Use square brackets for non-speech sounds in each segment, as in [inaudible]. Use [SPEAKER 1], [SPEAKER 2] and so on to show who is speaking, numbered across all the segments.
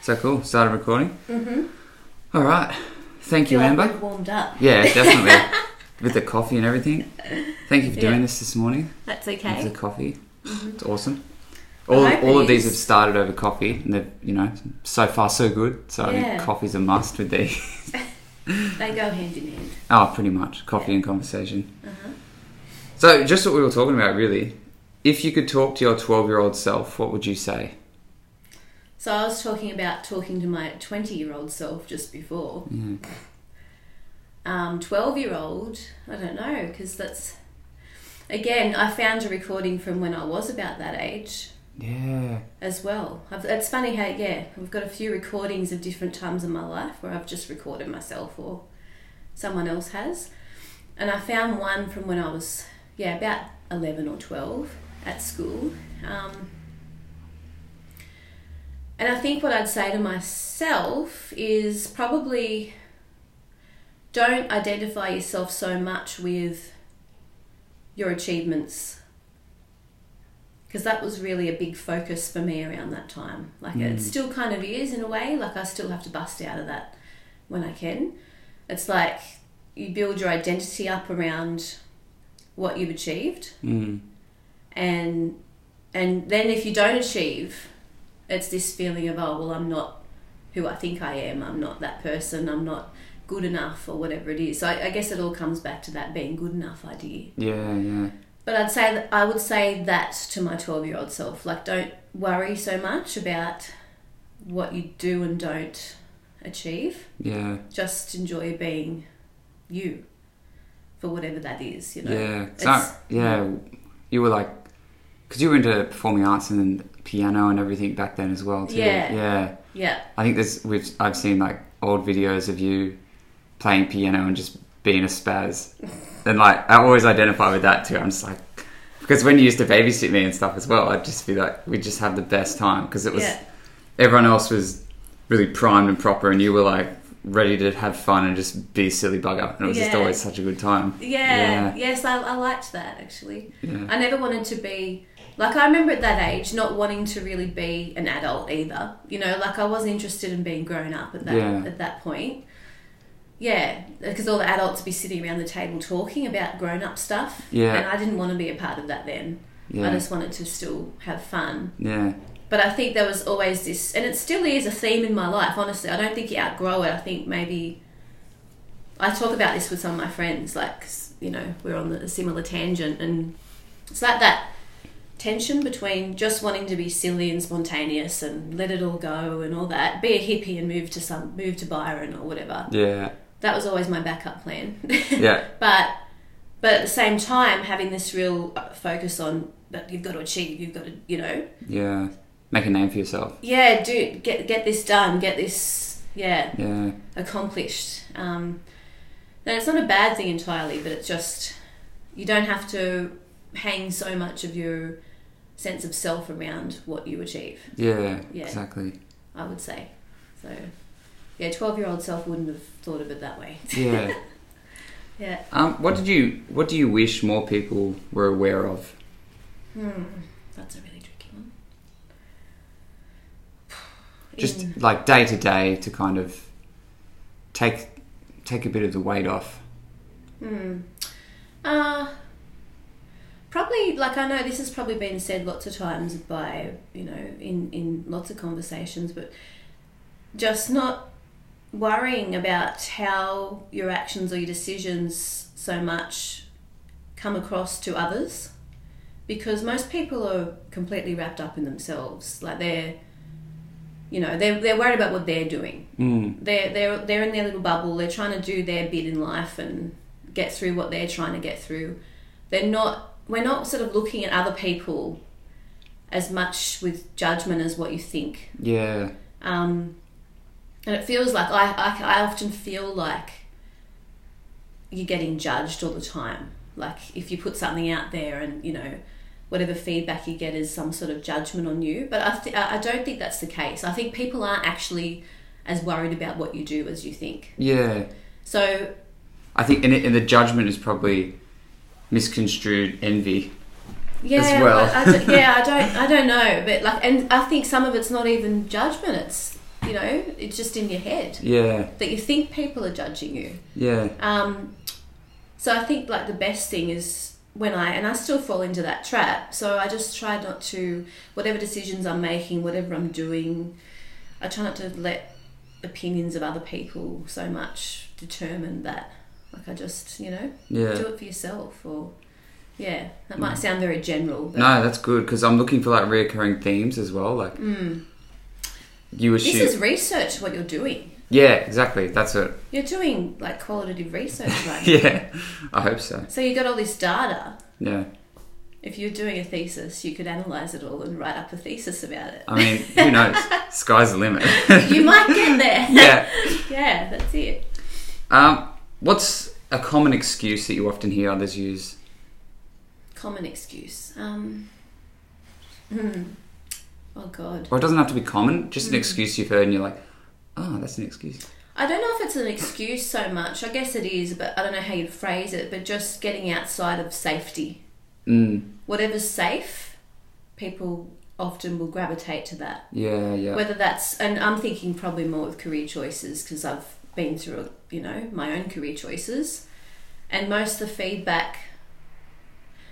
[SPEAKER 1] So cool. Started recording.
[SPEAKER 2] Mm-hmm.
[SPEAKER 1] All right. Thank you, Amber.
[SPEAKER 2] warmed up.
[SPEAKER 1] Yeah, definitely. [laughs] With the coffee and everything. Thank you for doing
[SPEAKER 2] Yeah.
[SPEAKER 1] this this morning.
[SPEAKER 2] That's
[SPEAKER 1] With
[SPEAKER 2] okay.
[SPEAKER 1] the coffee.
[SPEAKER 2] Mhm.
[SPEAKER 1] It's awesome.
[SPEAKER 2] I
[SPEAKER 1] All,
[SPEAKER 2] hope
[SPEAKER 1] all of
[SPEAKER 2] it
[SPEAKER 1] these
[SPEAKER 2] is.
[SPEAKER 1] have started over coffee, and they've you know so far so good. So I think
[SPEAKER 2] Yeah.
[SPEAKER 1] coffee's a must with these.
[SPEAKER 2] They go hand in hand.
[SPEAKER 1] [laughs] Oh, pretty much coffee and conversation.
[SPEAKER 2] Uh-huh.
[SPEAKER 1] So just what we were talking about, really. If you could talk to your twelve-year-old self, what would you say?
[SPEAKER 2] So I was talking about talking to my 20 year old self just before.
[SPEAKER 1] Yeah.
[SPEAKER 2] Um, 12 year old, I don't know, because that's. Again, I found a recording from when I was about that age
[SPEAKER 1] Yeah.
[SPEAKER 2] as well. I've, it's funny how, yeah, I've got a few recordings of different times in my life where I've just recorded myself or someone else has. And I found one from when I was, yeah, about 11 or 12 at school. Um, and I think what I'd say to myself is probably don't identify yourself so much with your achievements. Because that was really a big focus for me around that time. Like it still kind of is in a way. Like I still have to bust out of that when I can. It's like you build your identity up around what you've achieved
[SPEAKER 1] Mm.
[SPEAKER 2] and and then if you don't achieve it's this feeling of oh well i'm not who i think i am i'm not that person i'm not good enough or whatever it is so i, I guess it all comes back to that being good enough idea
[SPEAKER 1] Yeah. Yeah.
[SPEAKER 2] but i'd say that i would say that to my 12 year old self like don't worry so much about what you do and don't achieve
[SPEAKER 1] Yeah.
[SPEAKER 2] just enjoy being you for whatever that is you know
[SPEAKER 1] Yeah. So,
[SPEAKER 2] It's-
[SPEAKER 1] yeah, you were like, because you were into performing arts and then piano and everything back then as well. Too.
[SPEAKER 2] Yeah.
[SPEAKER 1] Yeah.
[SPEAKER 2] yeah
[SPEAKER 1] I think there's we've I've seen like old videos of you playing piano and just being a
[SPEAKER 2] [laughs]
[SPEAKER 1] spaz, and like I always identify with that too. I'm just like. Because when you used to babysit me and stuff as well, I'd just be like, we just have the best time. Because it was,
[SPEAKER 2] Yeah.
[SPEAKER 1] everyone else was really primed and proper, and you were like ready to have fun and just be a silly bugger. And it was just
[SPEAKER 2] Yeah.
[SPEAKER 1] always such a good time.
[SPEAKER 2] Yeah, yes, I, I liked that actually.
[SPEAKER 1] Yeah.
[SPEAKER 2] I never wanted to be like I remember at that age not wanting to really be an adult either. You know, like I wasn't interested in being grown up at that
[SPEAKER 1] Yeah.
[SPEAKER 2] at that point. Yeah, because all the adults would be sitting around the table talking about grown up stuff.
[SPEAKER 1] Yeah.
[SPEAKER 2] and I didn't want to be a part of that then.
[SPEAKER 1] Yeah.
[SPEAKER 2] I just wanted to still have fun.
[SPEAKER 1] Yeah.
[SPEAKER 2] But I think there was always this, and it still is a theme in my life, honestly. I don't think you outgrow it. I think maybe I talk about this with some of my friends, like, 'cause, you know, we're on a similar tangent, and it's like that tension between just wanting to be silly and spontaneous and let it all go and all that, be a hippie and move to some move to Byron or whatever.
[SPEAKER 1] Yeah.
[SPEAKER 2] That was always my backup plan. [laughs]
[SPEAKER 1] Yeah.
[SPEAKER 2] but but at the same time, having this real uh, focus on that you've got to achieve, you've got to, you know,
[SPEAKER 1] Yeah. Make a name for yourself.
[SPEAKER 2] yeah, dude, get get this done, get this yeah
[SPEAKER 1] Yeah.
[SPEAKER 2] accomplished. Um, and it's not a bad thing entirely, but it's just you don't have to hang so much of your sense of self around what you achieve.
[SPEAKER 1] Yeah.
[SPEAKER 2] Yeah.
[SPEAKER 1] Exactly.
[SPEAKER 2] I would say so. Yeah, twelve year old self wouldn't have thought of it that way. [laughs]
[SPEAKER 1] Yeah.
[SPEAKER 2] Yeah.
[SPEAKER 1] um, what did you What do you wish more people were aware of?
[SPEAKER 2] Hmm. That's a really tricky one. [sighs]
[SPEAKER 1] Just
[SPEAKER 2] In-
[SPEAKER 1] like day to day to kind of take take a bit of the weight off.
[SPEAKER 2] Hmm. Uh, probably like I know this has probably been said lots of times by you know in in lots of conversations, but just not worrying about how your actions or your decisions so much come across to others because most people are completely wrapped up in themselves like they're you know they're, they're worried about what they're doing
[SPEAKER 1] Mm.
[SPEAKER 2] they're they're they're in their little bubble. They're trying to do their bit in life and get through what they're trying to get through. They're not. We're not sort of looking at other people as much with judgment as what you think.
[SPEAKER 1] Yeah.
[SPEAKER 2] Um, and it feels like I, I I often feel like you're getting judged all the time. Like if you put something out there and you know whatever feedback you get is some sort of judgment on you. But I th- I I don't think that's the case. I think people aren't actually as worried about what you do as you think.
[SPEAKER 1] Yeah.
[SPEAKER 2] So
[SPEAKER 1] I think and, it, and the judgment is probably misconstrued envy.
[SPEAKER 2] yeah,
[SPEAKER 1] As well. [laughs]
[SPEAKER 2] I, I, don't- yeah, I don't I don't know, but like and I think some of it's not even judgment. It's you you know, it's just in your head
[SPEAKER 1] Yeah,
[SPEAKER 2] that you think people are judging you.
[SPEAKER 1] yeah,
[SPEAKER 2] Um, so I think like the best thing is when I and I still fall into that trap. So I just try not to whatever decisions I'm making, whatever I'm doing, I try not to let opinions of other people so much determine that. Like I just you know
[SPEAKER 1] yeah.
[SPEAKER 2] do it for yourself or yeah. That might sound very general. But
[SPEAKER 1] No, that's good because I'm looking for like reoccurring themes as well. Like you
[SPEAKER 2] Mm. This
[SPEAKER 1] assume,
[SPEAKER 2] is research. What you're doing.
[SPEAKER 1] yeah, exactly. That's it.
[SPEAKER 2] You're doing like qualitative research right now.
[SPEAKER 1] [laughs] Yeah, I hope so.
[SPEAKER 2] So you got all this data.
[SPEAKER 1] Yeah,
[SPEAKER 2] If you're doing a thesis, you could analyze it all and write up a thesis about it.
[SPEAKER 1] I mean, who knows? Sky's the limit. [laughs]
[SPEAKER 2] you might get there.
[SPEAKER 1] yeah.
[SPEAKER 2] [laughs] Yeah, that's it.
[SPEAKER 1] Um, what's a common excuse that you often hear others use?
[SPEAKER 2] Common excuse. Um, hmm. Oh God.
[SPEAKER 1] Or it doesn't have to be common, just an excuse you've heard and you're like, oh, that's an excuse.
[SPEAKER 2] I don't know if it's an excuse so much. I guess it is, but I don't know how you'd phrase it. But just getting outside of safety.
[SPEAKER 1] Mm,
[SPEAKER 2] Whatever's safe, people often will gravitate to that.
[SPEAKER 1] yeah, yeah.
[SPEAKER 2] Whether that's, and I'm thinking probably more with career choices because I've been through, you know, my own career choices, and most of the feedback.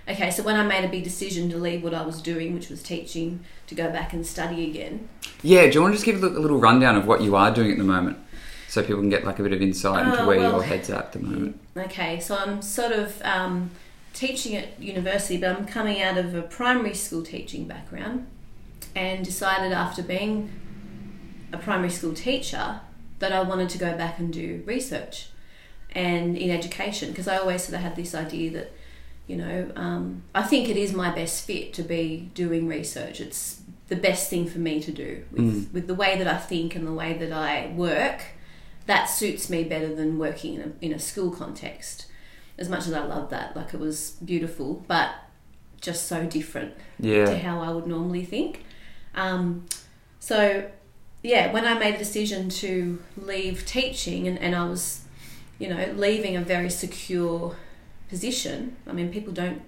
[SPEAKER 2] Okay, so when I made a big decision to leave what I was doing, which was teaching, to go back and study again,
[SPEAKER 1] yeah, do you want to just give a li- a little rundown of what you are doing at the moment so people can get like a bit of insight into
[SPEAKER 2] Oh,
[SPEAKER 1] where
[SPEAKER 2] well.
[SPEAKER 1] your head's at at the moment?
[SPEAKER 2] Okay, so I'm sort of um, teaching at university, but I'm coming out of a primary school teaching background and decided after being a primary school teacher that I wanted to go back and do research and in education because I always sort of had this idea that, you know, um, I think it is my best fit to be doing research. It's the best thing for me to do with, with the way that I think and the way that I work that suits me better than working in a, in a school context. As much as I love that, like it was beautiful, but just so different to
[SPEAKER 1] Yeah,
[SPEAKER 2] how I would normally think. Um, so, yeah, when I made the decision to leave teaching and, and I was, you know, leaving a very secure position, I mean, people don't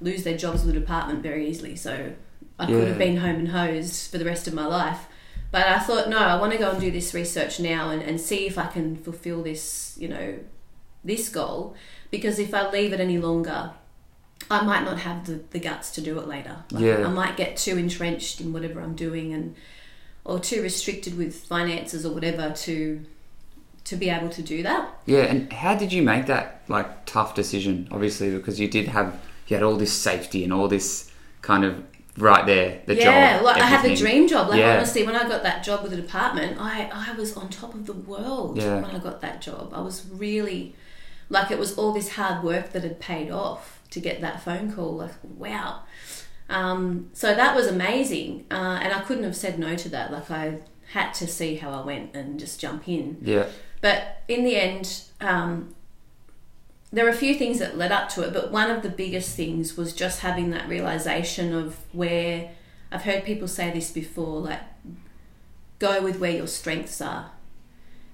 [SPEAKER 2] lose their jobs with a department very easily. So I could have
[SPEAKER 1] Yeah.
[SPEAKER 2] been home and hosed for the rest of my life. But I thought, no, I want to go and do this research now and, and see if I can fulfill this, you know, this goal. Because if I leave it any longer, I might not have the, the guts to do it later. Like,
[SPEAKER 1] Yeah.
[SPEAKER 2] I might get too entrenched in whatever I'm doing and or too restricted with finances or whatever to to be able to do that.
[SPEAKER 1] yeah. And how did you make that like tough decision? Obviously, because you did have you had all this safety and all this kind of right there the job.
[SPEAKER 2] yeah, like I have a
[SPEAKER 1] everything.
[SPEAKER 2] dream job. Like
[SPEAKER 1] Yeah.
[SPEAKER 2] honestly, when I got that job with the department, I I was on top of the world
[SPEAKER 1] Yeah.
[SPEAKER 2] when I got that job. I was really like it was all this hard work that had paid off to get that phone call. Like wow. Um, so that was amazing, uh, and I couldn't have said no to that. Like I had to see how I went and just jump in.
[SPEAKER 1] Yeah,
[SPEAKER 2] But in the end, um, there were a few things that led up to it, but one of the biggest things was just having that realization of where I've heard people say this before like, go with where your strengths are.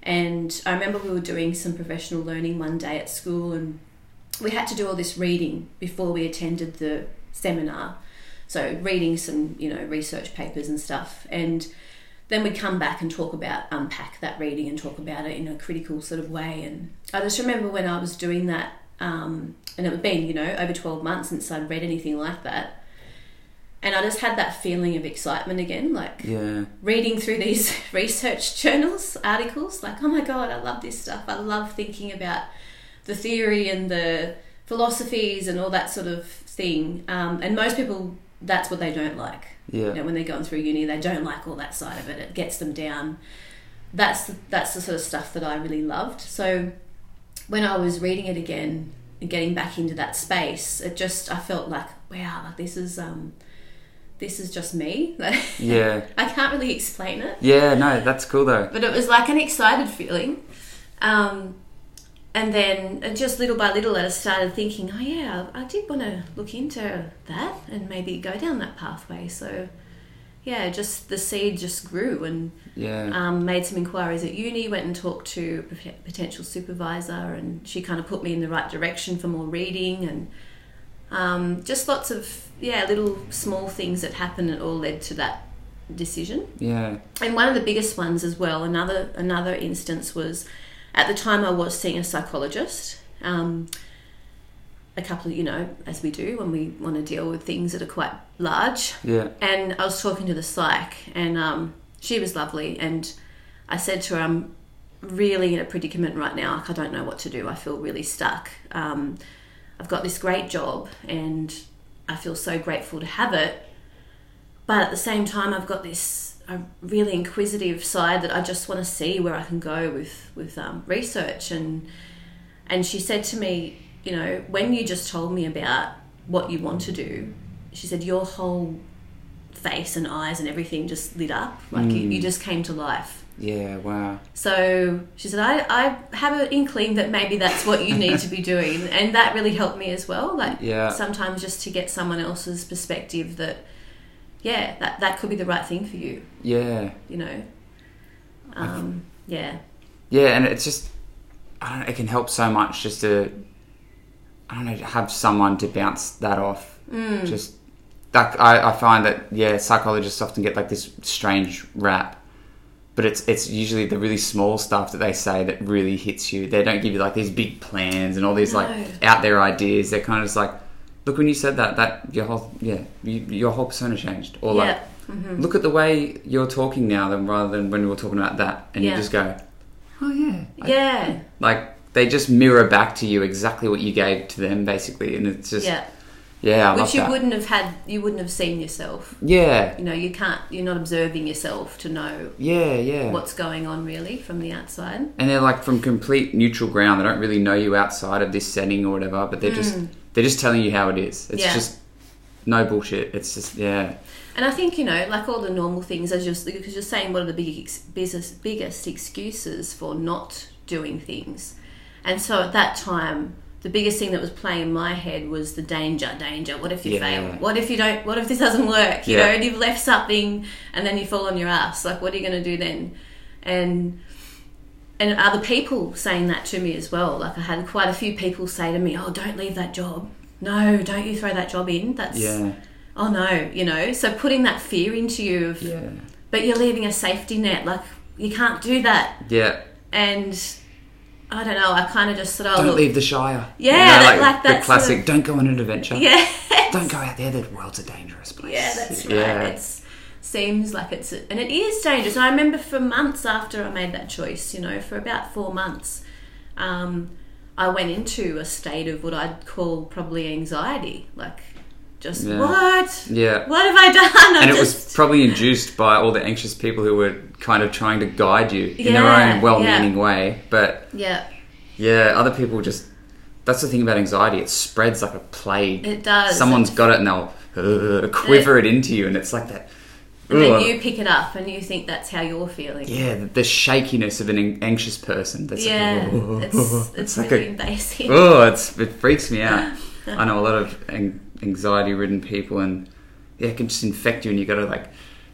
[SPEAKER 2] And I remember we were doing some professional learning one day at school, and we had to do all this reading before we attended the seminar. So, reading some, you know, research papers and stuff. And then we come back and talk about unpack that reading and talk about it in a critical sort of way and i just remember when i was doing that um, and it had been you know over 12 months since i'd read anything like that and i just had that feeling of excitement again like
[SPEAKER 1] yeah,
[SPEAKER 2] reading through these [laughs] research journals articles like oh my god i love this stuff i love thinking about the theory and the philosophies and all that sort of thing um, and most people that's what they don't like
[SPEAKER 1] yeah.
[SPEAKER 2] you know, when they're going through uni, they don't like all that side of it. It gets them down. That's the, that's the sort of stuff that I really loved. So when I was reading it again and getting back into that space, it just I felt like wow, like this is um, this is just me. [laughs] Like,
[SPEAKER 1] Yeah.
[SPEAKER 2] I can't really explain it,
[SPEAKER 1] Yeah, no, that's cool though.
[SPEAKER 2] but it was like an excited feeling. Um, and then uh, just little by little, I started thinking, oh yeah, I did want to look into that and maybe go down that pathway. So yeah, just the seed just grew and
[SPEAKER 1] Yeah.
[SPEAKER 2] um, made some inquiries at uni, went and talked to a pot- potential supervisor, and she kind of put me in the right direction for more reading and um, just lots of yeah little small things that happened that all led to that decision.
[SPEAKER 1] Yeah.
[SPEAKER 2] And one of the biggest ones as well, another another instance was at the time I was seeing a psychologist. Um, a couple of you know, as we do when we want to deal with things that are quite large.
[SPEAKER 1] Yeah.
[SPEAKER 2] And I was talking to the psych, and um, she was lovely. And I said to her, I'm really in a predicament right now. Like, I don't know what to do. I feel really stuck. Um, I've got this great job, and I feel so grateful to have it. But at the same time, I've got this uh, really inquisitive side that I just want to see where I can go with with um, research. And and she said to me, you know, when you just told me about what you want to do, she said your whole face and eyes and everything just lit up like you,
[SPEAKER 1] Mm.
[SPEAKER 2] you just came to life
[SPEAKER 1] Yeah. Wow.
[SPEAKER 2] so she said I, I have an inkling that maybe that's what you need to
[SPEAKER 1] [laughs]
[SPEAKER 2] be doing and that really helped me as well like
[SPEAKER 1] Yeah.
[SPEAKER 2] sometimes just to get someone else's perspective that yeah that, that could be the right thing for you
[SPEAKER 1] Yeah.
[SPEAKER 2] you know um, yeah
[SPEAKER 1] Yeah, and it's just I don't know, it can help so much just to I don't know, to have someone to bounce that off.
[SPEAKER 2] Mm.
[SPEAKER 1] Just that I, I find that yeah, psychologists often get like this strange rap. But it's it's usually the really small stuff that they say that really hits you. They don't give you like these big plans and all these
[SPEAKER 2] No.
[SPEAKER 1] like out there ideas. They're kind of just like, look when you said that that your whole yeah you, your whole persona changed or like
[SPEAKER 2] yeah Mm-hmm.
[SPEAKER 1] look at the way you're talking now than rather than when we were talking about that and
[SPEAKER 2] Yeah.
[SPEAKER 1] you just go oh yeah I-
[SPEAKER 2] yeah
[SPEAKER 1] like they just mirror back to you exactly what you gave to them basically and it's just yeah, I
[SPEAKER 2] yeah
[SPEAKER 1] love
[SPEAKER 2] which you
[SPEAKER 1] that.
[SPEAKER 2] wouldn't have had you wouldn't have seen yourself
[SPEAKER 1] yeah
[SPEAKER 2] you know you can't you're not observing yourself to know
[SPEAKER 1] yeah yeah
[SPEAKER 2] what's going on really from the outside.
[SPEAKER 1] and they're like from complete neutral ground they don't really know you outside of this setting or whatever but they're just they're just telling you how it is it's
[SPEAKER 2] Mm. Yeah.
[SPEAKER 1] just no bullshit it's just yeah
[SPEAKER 2] And I think you know, like all the normal things, as you're because you're saying, what are the big ex- business, biggest excuses for not doing things? And so at that time, the biggest thing that was playing in my head was the danger, danger. What if you
[SPEAKER 1] Yeah.
[SPEAKER 2] fail? What if you don't? What if this doesn't work? You
[SPEAKER 1] Yeah.
[SPEAKER 2] know, and you've left something, and then you fall on your ass. Like, what are you going to do then? And and other people saying that to me as well. Like I had quite a few people say to me, "Oh, don't leave that job. No, don't you throw that job in. That's
[SPEAKER 1] yeah
[SPEAKER 2] oh no, you know. So putting that fear into you of,
[SPEAKER 1] yeah
[SPEAKER 2] but you're leaving a safety net. Like you can't do that.
[SPEAKER 1] yeah
[SPEAKER 2] And I don't know. I kind of just sort of
[SPEAKER 1] don't
[SPEAKER 2] look,
[SPEAKER 1] leave the shire
[SPEAKER 2] Yeah,
[SPEAKER 1] you
[SPEAKER 2] that-
[SPEAKER 1] know,
[SPEAKER 2] like
[SPEAKER 1] like,
[SPEAKER 2] that sort
[SPEAKER 1] the classic
[SPEAKER 2] of-
[SPEAKER 1] don't go on an adventure
[SPEAKER 2] [laughs] yeah,
[SPEAKER 1] don't go out there the world's a dangerous place
[SPEAKER 2] yeah,
[SPEAKER 1] [laughs]
[SPEAKER 2] that's right.
[SPEAKER 1] yeah
[SPEAKER 2] It's seems like it's and it is dangerous. And I remember for months after I made that choice, you know, for about four months, um, I went into a state of what I'd call probably anxiety, like. Just
[SPEAKER 1] Yeah.
[SPEAKER 2] what?
[SPEAKER 1] yeah
[SPEAKER 2] What have I done? [laughs] I'm
[SPEAKER 1] and it
[SPEAKER 2] just,
[SPEAKER 1] was probably induced by all the anxious people who were kind of trying to guide you in their
[SPEAKER 2] Yeah,
[SPEAKER 1] own well-meaning way but
[SPEAKER 2] yeah,
[SPEAKER 1] yeah other people just that's the thing about anxiety it spreads like a plague
[SPEAKER 2] It does.
[SPEAKER 1] someone's got it and they'll uh, quiver it into you and it's like that
[SPEAKER 2] and
[SPEAKER 1] ugh.
[SPEAKER 2] then you pick it up and you think that's how you're feeling.
[SPEAKER 1] yeah the, the shakiness of an an- anxious person that's
[SPEAKER 2] Yeah,
[SPEAKER 1] like, "Ugh."
[SPEAKER 2] it's
[SPEAKER 1] [laughs]
[SPEAKER 2] it's,
[SPEAKER 1] like
[SPEAKER 2] really
[SPEAKER 1] a-
[SPEAKER 2] [laughs] invasive.
[SPEAKER 1] oh, it's it freaks me out. I know a lot of an- anxiety-ridden people, and yeah, it can just infect you, and you got to like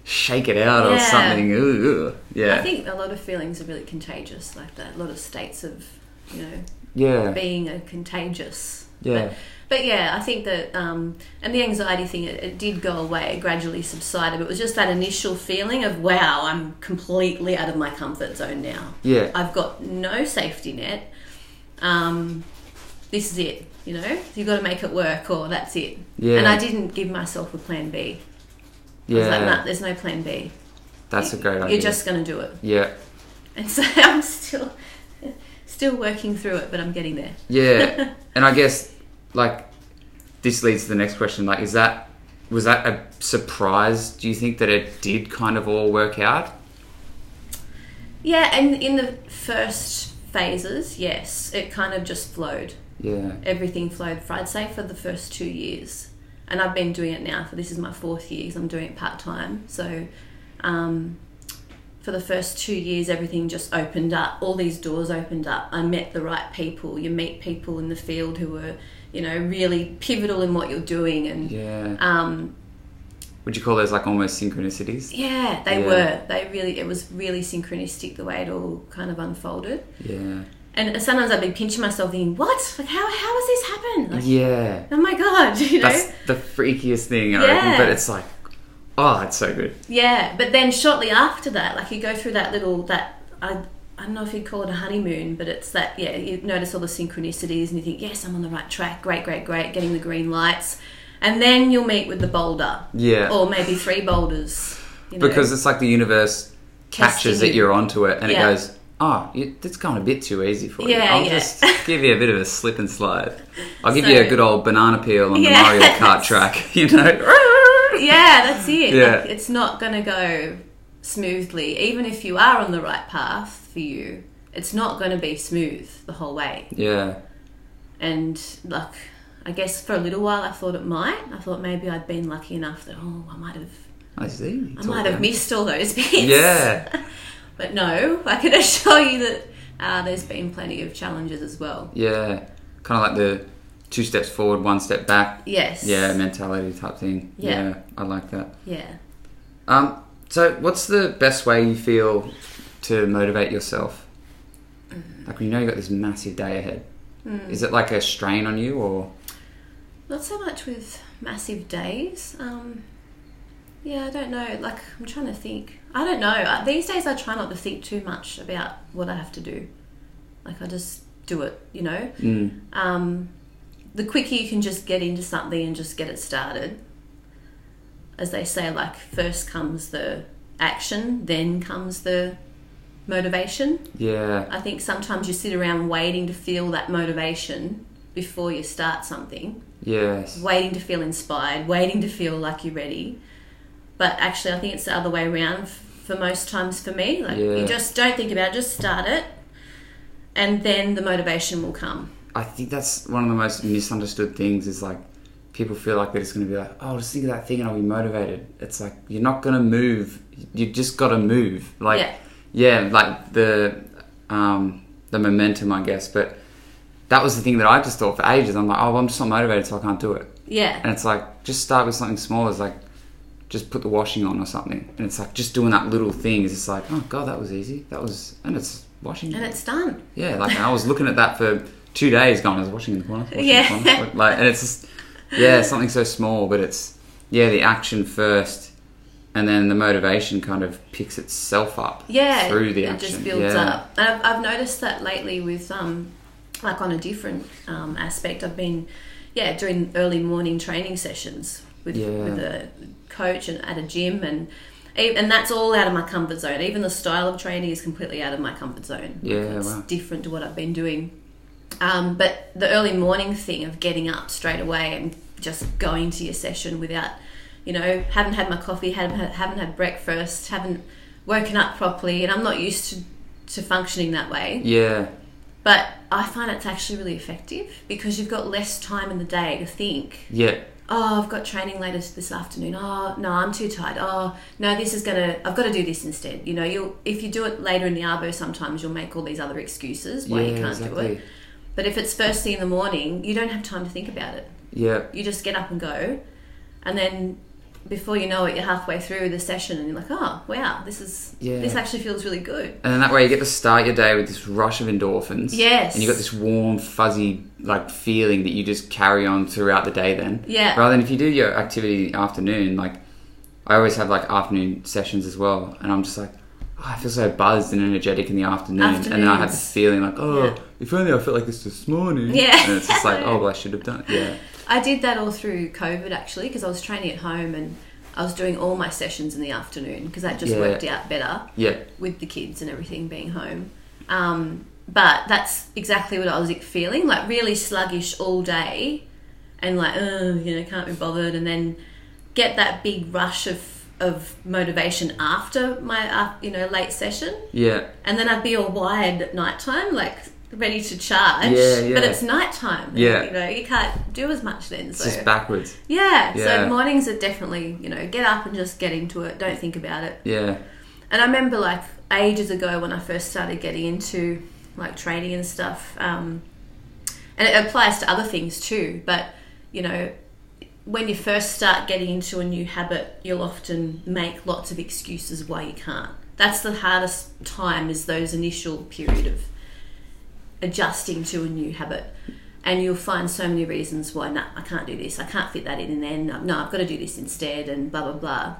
[SPEAKER 1] shake it out or
[SPEAKER 2] Yeah.
[SPEAKER 1] something. Ooh, yeah,
[SPEAKER 2] I think a lot of feelings are really contagious, like that. A lot of states of you know
[SPEAKER 1] yeah,
[SPEAKER 2] being are contagious.
[SPEAKER 1] yeah,
[SPEAKER 2] But yeah, I think that um, and the anxiety thing it, it did go away, it gradually subsided. But it was just that initial feeling of wow, I'm completely out of my comfort zone now.
[SPEAKER 1] yeah,
[SPEAKER 2] I've got no safety net. Um, this is it. You know, you've got to make it work, or that's it.
[SPEAKER 1] Yeah.
[SPEAKER 2] And I didn't give myself a plan B. I was like,
[SPEAKER 1] yeah.
[SPEAKER 2] nah, there's no plan B.
[SPEAKER 1] That's a great idea.
[SPEAKER 2] You're just going to do it. [laughs]
[SPEAKER 1] yeah,
[SPEAKER 2] And so I'm still still working through it, but I'm getting there. [laughs]
[SPEAKER 1] yeah, and I guess like this leads to the next question. Like, is that was that a surprise? Do you think that it did kind of all work out?
[SPEAKER 2] Yeah, and in the first phases, yes, it kind of just flowed.
[SPEAKER 1] Yeah,
[SPEAKER 2] Everything flowed, for, I'd say, for the first two years. And I've been doing it now for this is my fourth year 'cause I'm doing it part time. So um, for the first two years, everything just opened up. All these doors opened up. I met the right people. You meet people in the field who are, you know, really pivotal in what you're doing. And
[SPEAKER 1] yeah.
[SPEAKER 2] um,
[SPEAKER 1] Would you call those like almost synchronicities?
[SPEAKER 2] Yeah, they
[SPEAKER 1] Yeah.
[SPEAKER 2] were. They really, it was really synchronistic the way it all kind of unfolded.
[SPEAKER 1] Yeah,
[SPEAKER 2] And sometimes I'd be pinching myself thinking, what? Like, how, how has this happened? Like,
[SPEAKER 1] yeah.
[SPEAKER 2] oh my God, [laughs] you know?
[SPEAKER 1] That's the freakiest thing, I
[SPEAKER 2] Yeah.
[SPEAKER 1] reckon. But it's like, Oh, it's so good.
[SPEAKER 2] Yeah, but then shortly after that, like you go through that little that I I don't know if you'd call it a honeymoon, but it's that yeah you notice all the synchronicities and you think yes I'm on the right track, great, great, great, getting the green lights, and then you'll meet with the boulder
[SPEAKER 1] Yeah.
[SPEAKER 2] or maybe three boulders you know.
[SPEAKER 1] because it's like the universe catches
[SPEAKER 2] Testing
[SPEAKER 1] that
[SPEAKER 2] you.
[SPEAKER 1] you're onto it and
[SPEAKER 2] Yeah.
[SPEAKER 1] it goes, oh, you, that's going a bit too easy for you.
[SPEAKER 2] Yeah,
[SPEAKER 1] I'll
[SPEAKER 2] yeah.
[SPEAKER 1] just give you a bit of a slip and slide. I'll give
[SPEAKER 2] So-
[SPEAKER 1] you a good old banana peel on
[SPEAKER 2] Yeah.
[SPEAKER 1] the Mario
[SPEAKER 2] [laughs]
[SPEAKER 1] Kart track, [laughs] you know?
[SPEAKER 2] yeah, that's it.
[SPEAKER 1] Yeah.
[SPEAKER 2] Like, it's not going to go smoothly. Even if you are on the right path for you, it's not going to be smooth the whole way.
[SPEAKER 1] yeah.
[SPEAKER 2] And, like, I guess for a little while I thought it might. I thought maybe I'd been lucky enough that, oh, I might have.
[SPEAKER 1] I see.
[SPEAKER 2] I
[SPEAKER 1] It's all
[SPEAKER 2] might have
[SPEAKER 1] good.
[SPEAKER 2] missed all those [laughs] bits.
[SPEAKER 1] Yeah.
[SPEAKER 2] [laughs] But no, I can [laughs] assure you that uh, there's been plenty of challenges as well.
[SPEAKER 1] Yeah. Kind of like the two steps forward, one step back.
[SPEAKER 2] Yes.
[SPEAKER 1] Yeah, mentality type thing.
[SPEAKER 2] Yeah.
[SPEAKER 1] yeah I like that.
[SPEAKER 2] Yeah.
[SPEAKER 1] Um, so, what's the best way you feel to motivate yourself? Like, when you know you've got this massive day ahead. Is it like a strain on you, or
[SPEAKER 2] Not so much with massive days. Um, yeah, I don't know. Like, I'm trying to think. I don't know. Uh, These days, I try not to think too much about what I have to do. Like, I just do it, you know?
[SPEAKER 1] mm,
[SPEAKER 2] Um, the quicker you can just get into something and just get it started. As they say, like, first comes the action, then comes the motivation.
[SPEAKER 1] yeah,
[SPEAKER 2] I think sometimes you sit around waiting to feel that motivation before you start something
[SPEAKER 1] yes,
[SPEAKER 2] waiting to feel inspired, waiting to feel like you're ready. But actually, I think it's the other way around f- for most times for me. Like
[SPEAKER 1] Yeah.
[SPEAKER 2] you just don't think about it, just start it, and then the motivation will come.
[SPEAKER 1] I think that's one of the most misunderstood things. Is like people feel like they're just going to be like, "Oh, just think of that thing and I'll be motivated." It's like you're not going to move. You just got to move. Like,
[SPEAKER 2] Yeah.
[SPEAKER 1] yeah, like the um, the momentum, I guess. But that was the thing that I just thought for ages. I'm like, "Oh, well, I'm just not motivated, so I can't do it."
[SPEAKER 2] Yeah,
[SPEAKER 1] And it's like, just start with something small. It's like, just put the washing on or something. And it's like, just doing that little thing is just like, oh god, that was easy. That was, and it's washing.
[SPEAKER 2] and it's done.
[SPEAKER 1] yeah, like I was looking at that for two days, going, I was washing in the corner. Washing
[SPEAKER 2] Yeah.
[SPEAKER 1] In the corner. Like, and it's just, yeah, something so small, but it's, yeah, the action first, and then the motivation kind of picks itself up.
[SPEAKER 2] Yeah,
[SPEAKER 1] Through the
[SPEAKER 2] it
[SPEAKER 1] action.
[SPEAKER 2] just builds
[SPEAKER 1] yeah.
[SPEAKER 2] up. And I've, I've noticed that lately with um, like on a different um, aspect. I've been yeah doing early morning training sessions with
[SPEAKER 1] Yeah.
[SPEAKER 2] with a coach and at a gym and. e- And that's all out of my comfort zone. Even the style of training is completely out of my comfort zone. Like,
[SPEAKER 1] Yeah,
[SPEAKER 2] it's
[SPEAKER 1] wow.
[SPEAKER 2] different to what I've been doing. Um, but the early morning thing of getting up straight away and just going to your session without, you know, haven't had my coffee, haven't had, haven't had breakfast, haven't woken up properly, and I'm not used to to functioning that way.
[SPEAKER 1] Yeah.
[SPEAKER 2] But I find it's actually really effective because you've got less time in the day to think.
[SPEAKER 1] Yeah.
[SPEAKER 2] Oh, I've got training later this afternoon. Oh, no, I'm too tired. Oh, no, this is gonna. I've got to do this instead. You know, you'll if you do it later in the arvo, sometimes you'll make all these other excuses why
[SPEAKER 1] yeah,
[SPEAKER 2] you can't
[SPEAKER 1] exactly.
[SPEAKER 2] do it. But if it's first thing in the morning, you don't have time to think about it.
[SPEAKER 1] Yeah.
[SPEAKER 2] You just get up and go, and then before you know it, you're halfway through the session, and you're like, "Oh, wow, this is
[SPEAKER 1] Yeah.
[SPEAKER 2] this actually feels really good."
[SPEAKER 1] And then that way you get to start your day with this rush of endorphins.
[SPEAKER 2] Yes.
[SPEAKER 1] And you've got this warm, fuzzy, like feeling that you just carry on throughout the day then.
[SPEAKER 2] Yeah.
[SPEAKER 1] Rather than if you do your activity in the afternoon, like I always have like afternoon sessions as well. And I'm just like, oh, I feel so buzzed and energetic in the afternoon. And then I have
[SPEAKER 2] Afternoons.
[SPEAKER 1] this feeling like, oh,
[SPEAKER 2] Yeah.
[SPEAKER 1] if only I felt like this this morning.
[SPEAKER 2] Yeah.
[SPEAKER 1] And it's just like, oh, well, I should have done it. Yeah.
[SPEAKER 2] I did that all through COVID actually because I was training at home and I was doing all my sessions in the afternoon because that just
[SPEAKER 1] Yeah.
[SPEAKER 2] worked out better
[SPEAKER 1] Yeah.
[SPEAKER 2] with the kids and everything being home. Um, but that's exactly what I was feeling like really sluggish all day and like, oh, you know, can't be bothered. And then get that big rush of, of motivation after my, uh, you know, late session.
[SPEAKER 1] Yeah.
[SPEAKER 2] And then I'd be all wired at night time, like ready to charge.
[SPEAKER 1] Yeah, yeah.
[SPEAKER 2] But it's night time.
[SPEAKER 1] Yeah.
[SPEAKER 2] You know, you can't do as much then.
[SPEAKER 1] It's
[SPEAKER 2] So
[SPEAKER 1] just backwards.
[SPEAKER 2] yeah,
[SPEAKER 1] Yeah.
[SPEAKER 2] So mornings are definitely, you know, get up and just get into it. Don't think about it.
[SPEAKER 1] Yeah.
[SPEAKER 2] And I remember like ages ago when I first started getting into like training and stuff, um, and it applies to other things too. But you know, when you first start getting into a new habit, you'll often make lots of excuses why you can't. That's the hardest time is those initial period of adjusting to a new habit. And you'll find so many reasons why, no, I can't do this, I can't fit that in, and then, no, I've got to do this instead, and blah, blah, blah.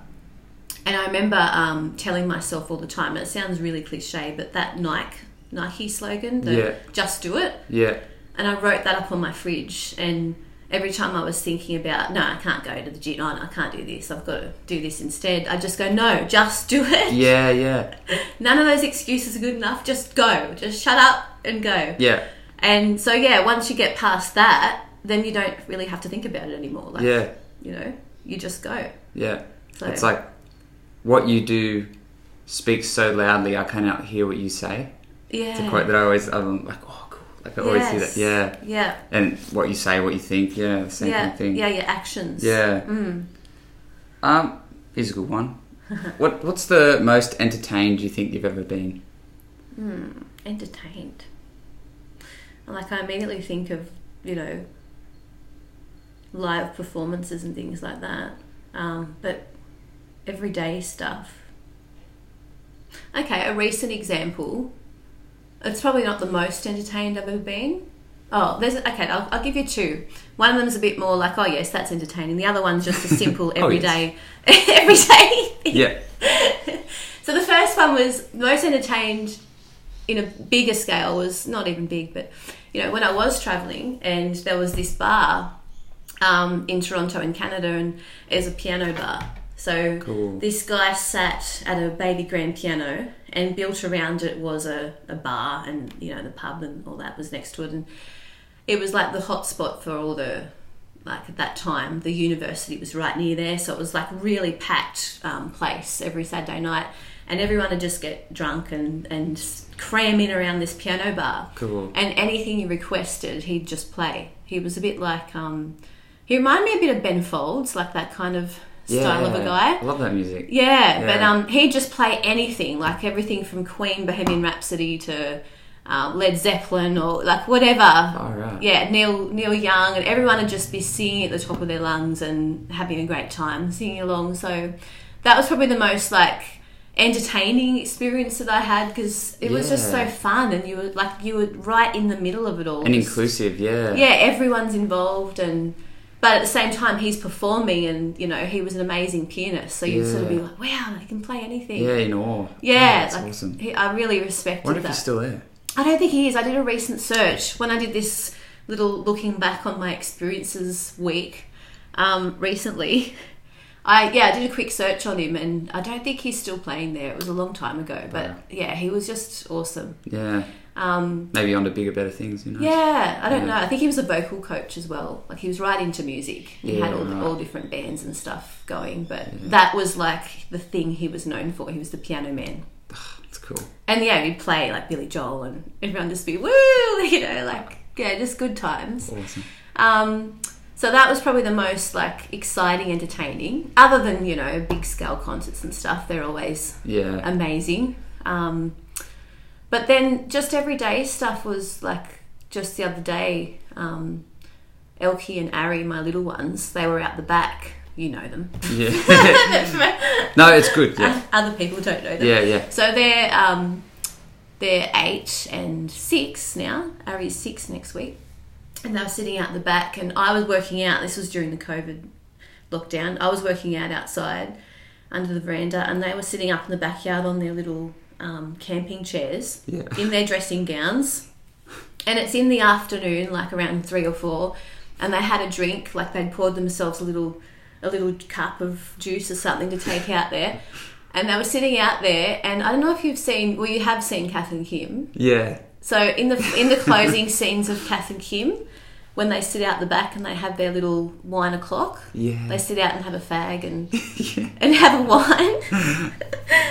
[SPEAKER 2] And I remember um, telling myself all the time, and it sounds really cliche, but that Nike Nike slogan, the
[SPEAKER 1] Yeah.
[SPEAKER 2] "Just Do It,"
[SPEAKER 1] Yeah.
[SPEAKER 2] and I wrote that up on my fridge. And every time I was thinking about, no, I can't go to the gym, oh, no, I can't do this, I've got to do this instead, I just go, no, just do [laughs] it.
[SPEAKER 1] Yeah. Yeah.
[SPEAKER 2] None of those excuses are good enough. Just go. Just shut up and go.
[SPEAKER 1] Yeah.
[SPEAKER 2] And so yeah, once you get past that, then you don't really have to think about it anymore. Like
[SPEAKER 1] Yeah.
[SPEAKER 2] you know, you just go.
[SPEAKER 1] Yeah.
[SPEAKER 2] So
[SPEAKER 1] It's like what you do speaks so loudly. I cannot hear what you say.
[SPEAKER 2] yeah.
[SPEAKER 1] It's a quote that I always. I'm like, oh, cool. Like I always see that. Yeah.
[SPEAKER 2] Yeah.
[SPEAKER 1] And what you say, what you think. Yeah. The same
[SPEAKER 2] yeah.
[SPEAKER 1] kind of thing.
[SPEAKER 2] Yeah. Your actions.
[SPEAKER 1] Yeah.
[SPEAKER 2] Mm.
[SPEAKER 1] Um, here's a good
[SPEAKER 2] [laughs]
[SPEAKER 1] one. what What's the most entertained you think you've ever been?
[SPEAKER 2] Mm. Entertained. And like I immediately think of you know live performances and things like that, um, but everyday stuff. Okay, a recent example. It's probably not the most entertained I've ever been. Oh, there's okay. I'll, I'll give you two. One of them's a bit more like, oh yes, that's entertaining. The other one's just a simple
[SPEAKER 1] Oh,
[SPEAKER 2] everyday, [laughs] everyday thing.
[SPEAKER 1] Yeah.
[SPEAKER 2] [laughs] so the first one was most entertained in a bigger scale was not even big, but you know when I was traveling and there was this bar um, in Toronto in Canada and it was a piano bar. So
[SPEAKER 1] Cool.
[SPEAKER 2] this guy sat at a baby grand piano and built around it was a, a bar and you know the pub and all that was next to it and it was like the hotspot for all the like at that time the university was right near there so it was like really packed um, place every saturday night and everyone would just get drunk and and s- cram in around this piano bar
[SPEAKER 1] Cool.
[SPEAKER 2] and anything you requested he'd just play he was a bit like um he reminded me a bit of ben folds like that kind of style of a
[SPEAKER 1] Yeah.
[SPEAKER 2] guy
[SPEAKER 1] I love that music.
[SPEAKER 2] yeah, but
[SPEAKER 1] Yeah.
[SPEAKER 2] um, he'd just play anything, like everything from Queen, Bohemian Rhapsody to um, Led Zeppelin or like whatever.
[SPEAKER 1] All Oh, right.
[SPEAKER 2] Yeah, Neil Neil Young and everyone would just be singing at the top of their lungs and having a great time singing along. So that was probably the most like entertaining experience that I had because it was just so
[SPEAKER 1] Yeah.
[SPEAKER 2] fun and you were like you were right in the middle of it all.
[SPEAKER 1] And
[SPEAKER 2] Just-
[SPEAKER 1] inclusive. Yeah.
[SPEAKER 2] yeah, everyone's involved and but at the same time he's performing and you know he was an amazing pianist so you'd sort of be
[SPEAKER 1] Yeah.
[SPEAKER 2] like wow I can play anything
[SPEAKER 1] Yeah. In awe.
[SPEAKER 2] Yeah,
[SPEAKER 1] that's
[SPEAKER 2] like,
[SPEAKER 1] awesome.
[SPEAKER 2] he, I really respected
[SPEAKER 1] I wonder if
[SPEAKER 2] that
[SPEAKER 1] he's still there.
[SPEAKER 2] I don't think he is I did a recent search when I did this little looking back on my experiences week um, recently [laughs] I yeah I did a quick search on him and I don't think he's still playing there it was a long time ago but
[SPEAKER 1] Wow.
[SPEAKER 2] yeah he was just awesome
[SPEAKER 1] Yeah.
[SPEAKER 2] um,
[SPEAKER 1] Maybe on to bigger, better things. You know.
[SPEAKER 2] yeah, I don't
[SPEAKER 1] Yeah.
[SPEAKER 2] know. I think he was a vocal coach as well. Like he was right into music. He had
[SPEAKER 1] Yeah,
[SPEAKER 2] all
[SPEAKER 1] right. Mm-hmm.
[SPEAKER 2] all different bands and stuff going, but that was like the thing he was known for. He was the piano man.
[SPEAKER 1] It's cool.
[SPEAKER 2] And yeah, he'd play like Billy Joel and everyone just be woo, [laughs] you know, like yeah, just good times.
[SPEAKER 1] Awesome.
[SPEAKER 2] Um, so that was probably the most like exciting, entertaining. Other than you know big scale concerts and stuff, they're always
[SPEAKER 1] Yeah.
[SPEAKER 2] amazing. Um, but then just everyday stuff was like just the other day, um, Elkie and Ari, my little ones, they were out the back. You know them. [laughs]
[SPEAKER 1] yeah. [laughs] no, it's good. Yeah.
[SPEAKER 2] Other people don't know them.
[SPEAKER 1] Yeah. Yeah.
[SPEAKER 2] So they're um, they're eight and six now. Ari's six next week, and they were sitting out the back, and I was working out. This was during the COVID lockdown. I was working out outside under the veranda, and they were sitting up in the backyard on their little um, camping chairs
[SPEAKER 1] Yeah.
[SPEAKER 2] in their dressing gowns. And it's in the afternoon, like around three or four, and they had a drink, like they'd poured themselves a little a little cup of juice or something to take out there. And they were sitting out there and I don't know if you've seen well you have seen Kath and Kim.
[SPEAKER 1] Yeah.
[SPEAKER 2] So in the in the closing scenes of Kath and Kim, when they sit out the back and they have their little wine o'clock,
[SPEAKER 1] Yeah.
[SPEAKER 2] they sit out and have a fag and
[SPEAKER 1] [laughs] yeah.
[SPEAKER 2] and have a wine.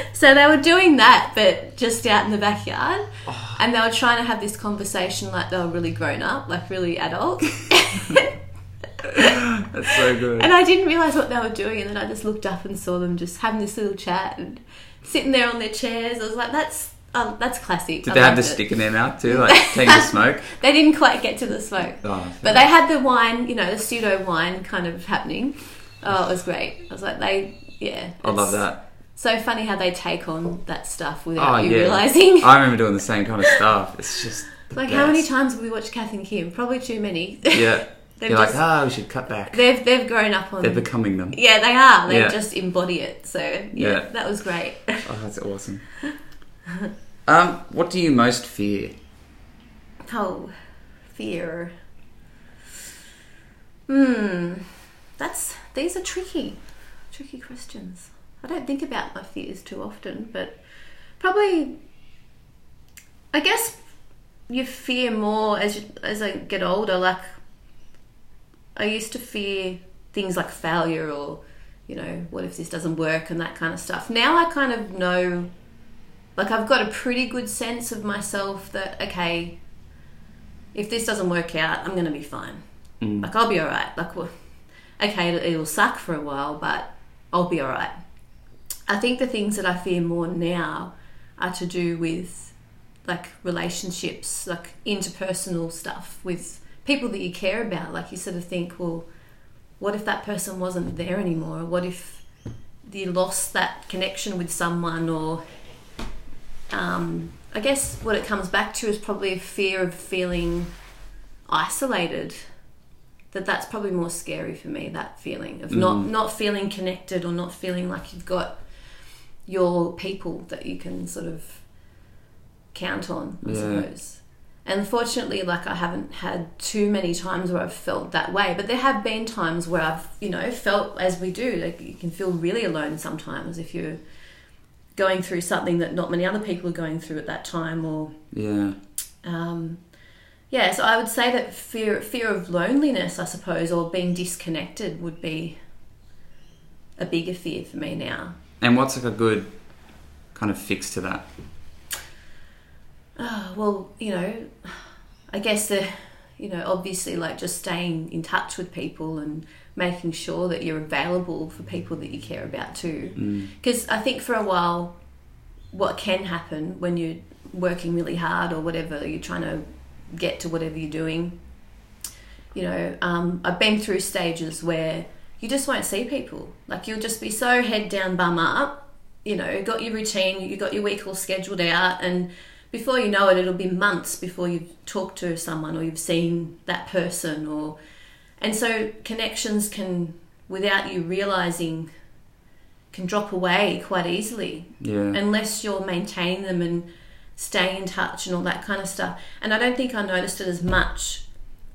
[SPEAKER 1] [laughs]
[SPEAKER 2] so they were doing that, but just out in the backyard. And they were trying to have this conversation like they were really grown up, like really adult.
[SPEAKER 1] That's so good.
[SPEAKER 2] and I didn't realise what they were doing. And then I just looked up and saw them just having this little chat and sitting there on their chairs. I was like, that's. Oh, that's classic.
[SPEAKER 1] Did
[SPEAKER 2] I
[SPEAKER 1] they have the
[SPEAKER 2] loved it.
[SPEAKER 1] stick in their mouth too, like taking the
[SPEAKER 2] [laughs]
[SPEAKER 1] smoke?
[SPEAKER 2] They didn't quite get to the smoke,
[SPEAKER 1] Oh,
[SPEAKER 2] but they had the wine, you know, the pseudo wine kind of happening. Oh, it was great. I was like, they, yeah.
[SPEAKER 1] I love
[SPEAKER 2] it's-
[SPEAKER 1] that.
[SPEAKER 2] So funny how they take on that stuff without
[SPEAKER 1] Oh
[SPEAKER 2] you
[SPEAKER 1] yeah,
[SPEAKER 2] realizing.
[SPEAKER 1] I remember doing the same kind of stuff. It's just the
[SPEAKER 2] [laughs] like, how many
[SPEAKER 1] best.
[SPEAKER 2] times have we watched Kath and Kim? Probably too many. [laughs]
[SPEAKER 1] Yeah,
[SPEAKER 2] They've
[SPEAKER 1] You're like,
[SPEAKER 2] just,
[SPEAKER 1] ah, we should cut back.
[SPEAKER 2] they've they've grown up on.
[SPEAKER 1] They're becoming them.
[SPEAKER 2] yeah, they are. They
[SPEAKER 1] Yeah.
[SPEAKER 2] just embody it. So yeah,
[SPEAKER 1] Yeah.
[SPEAKER 2] that was great. [laughs]
[SPEAKER 1] Oh, that's awesome. Um, what do you most fear?
[SPEAKER 2] Oh, fear. Hmm. That's these are tricky, tricky questions. I don't think about my fears too often, but probably, I guess, you fear more as you, as I get older. Like, I used to fear things like failure or, you know, what if this doesn't work and that kind of stuff. Now I kind of know, like, I've got a pretty good sense of myself that okay, if this doesn't work out, I'm going to be fine. Like, I'll be all right. Like, well, okay, it'll, it'll suck for a while, but I'll be all right. I think the things that I fear more now are to do with like relationships, like interpersonal stuff with people that you care about. Like, you sort of think, well, what if that person wasn't there anymore? What if you lost that connection with someone or um, I guess what it comes back to is probably a fear of feeling isolated. That that's probably more scary for me. That feeling of not not feeling connected or not feeling like you've got your people that you can sort of count on. I
[SPEAKER 1] Yeah.
[SPEAKER 2] suppose. And fortunately, like I haven't had too many times where I've felt that way, but there have been times where I've, you know, felt as we do, like you can feel really alone sometimes if you're going through something that not many other people are going through at that time or
[SPEAKER 1] Yeah.
[SPEAKER 2] um, yeah so i would say that fear fear of loneliness i suppose or being disconnected would be a bigger fear for me now
[SPEAKER 1] And what's like a good kind of fix to that?
[SPEAKER 2] Oh, well, you know, I guess the, you know, obviously like just staying in touch with people and making sure that you're available for people that you care about too. Because I think for a while, what can happen when you're working really hard or whatever, you're trying to get to whatever you're doing. You know, um, I've been through stages where you just won't see people. Like you'll just be so head down, bum up. You know, you got your routine, you got your week all scheduled out, and before you know it, it'll be months before you've talked to someone or you've seen that person. Or and so connections can, without you realizing, can drop away quite easily
[SPEAKER 1] Yeah.
[SPEAKER 2] unless you're maintaining them and staying in touch and all that kind of stuff. And I don't think I noticed it as much,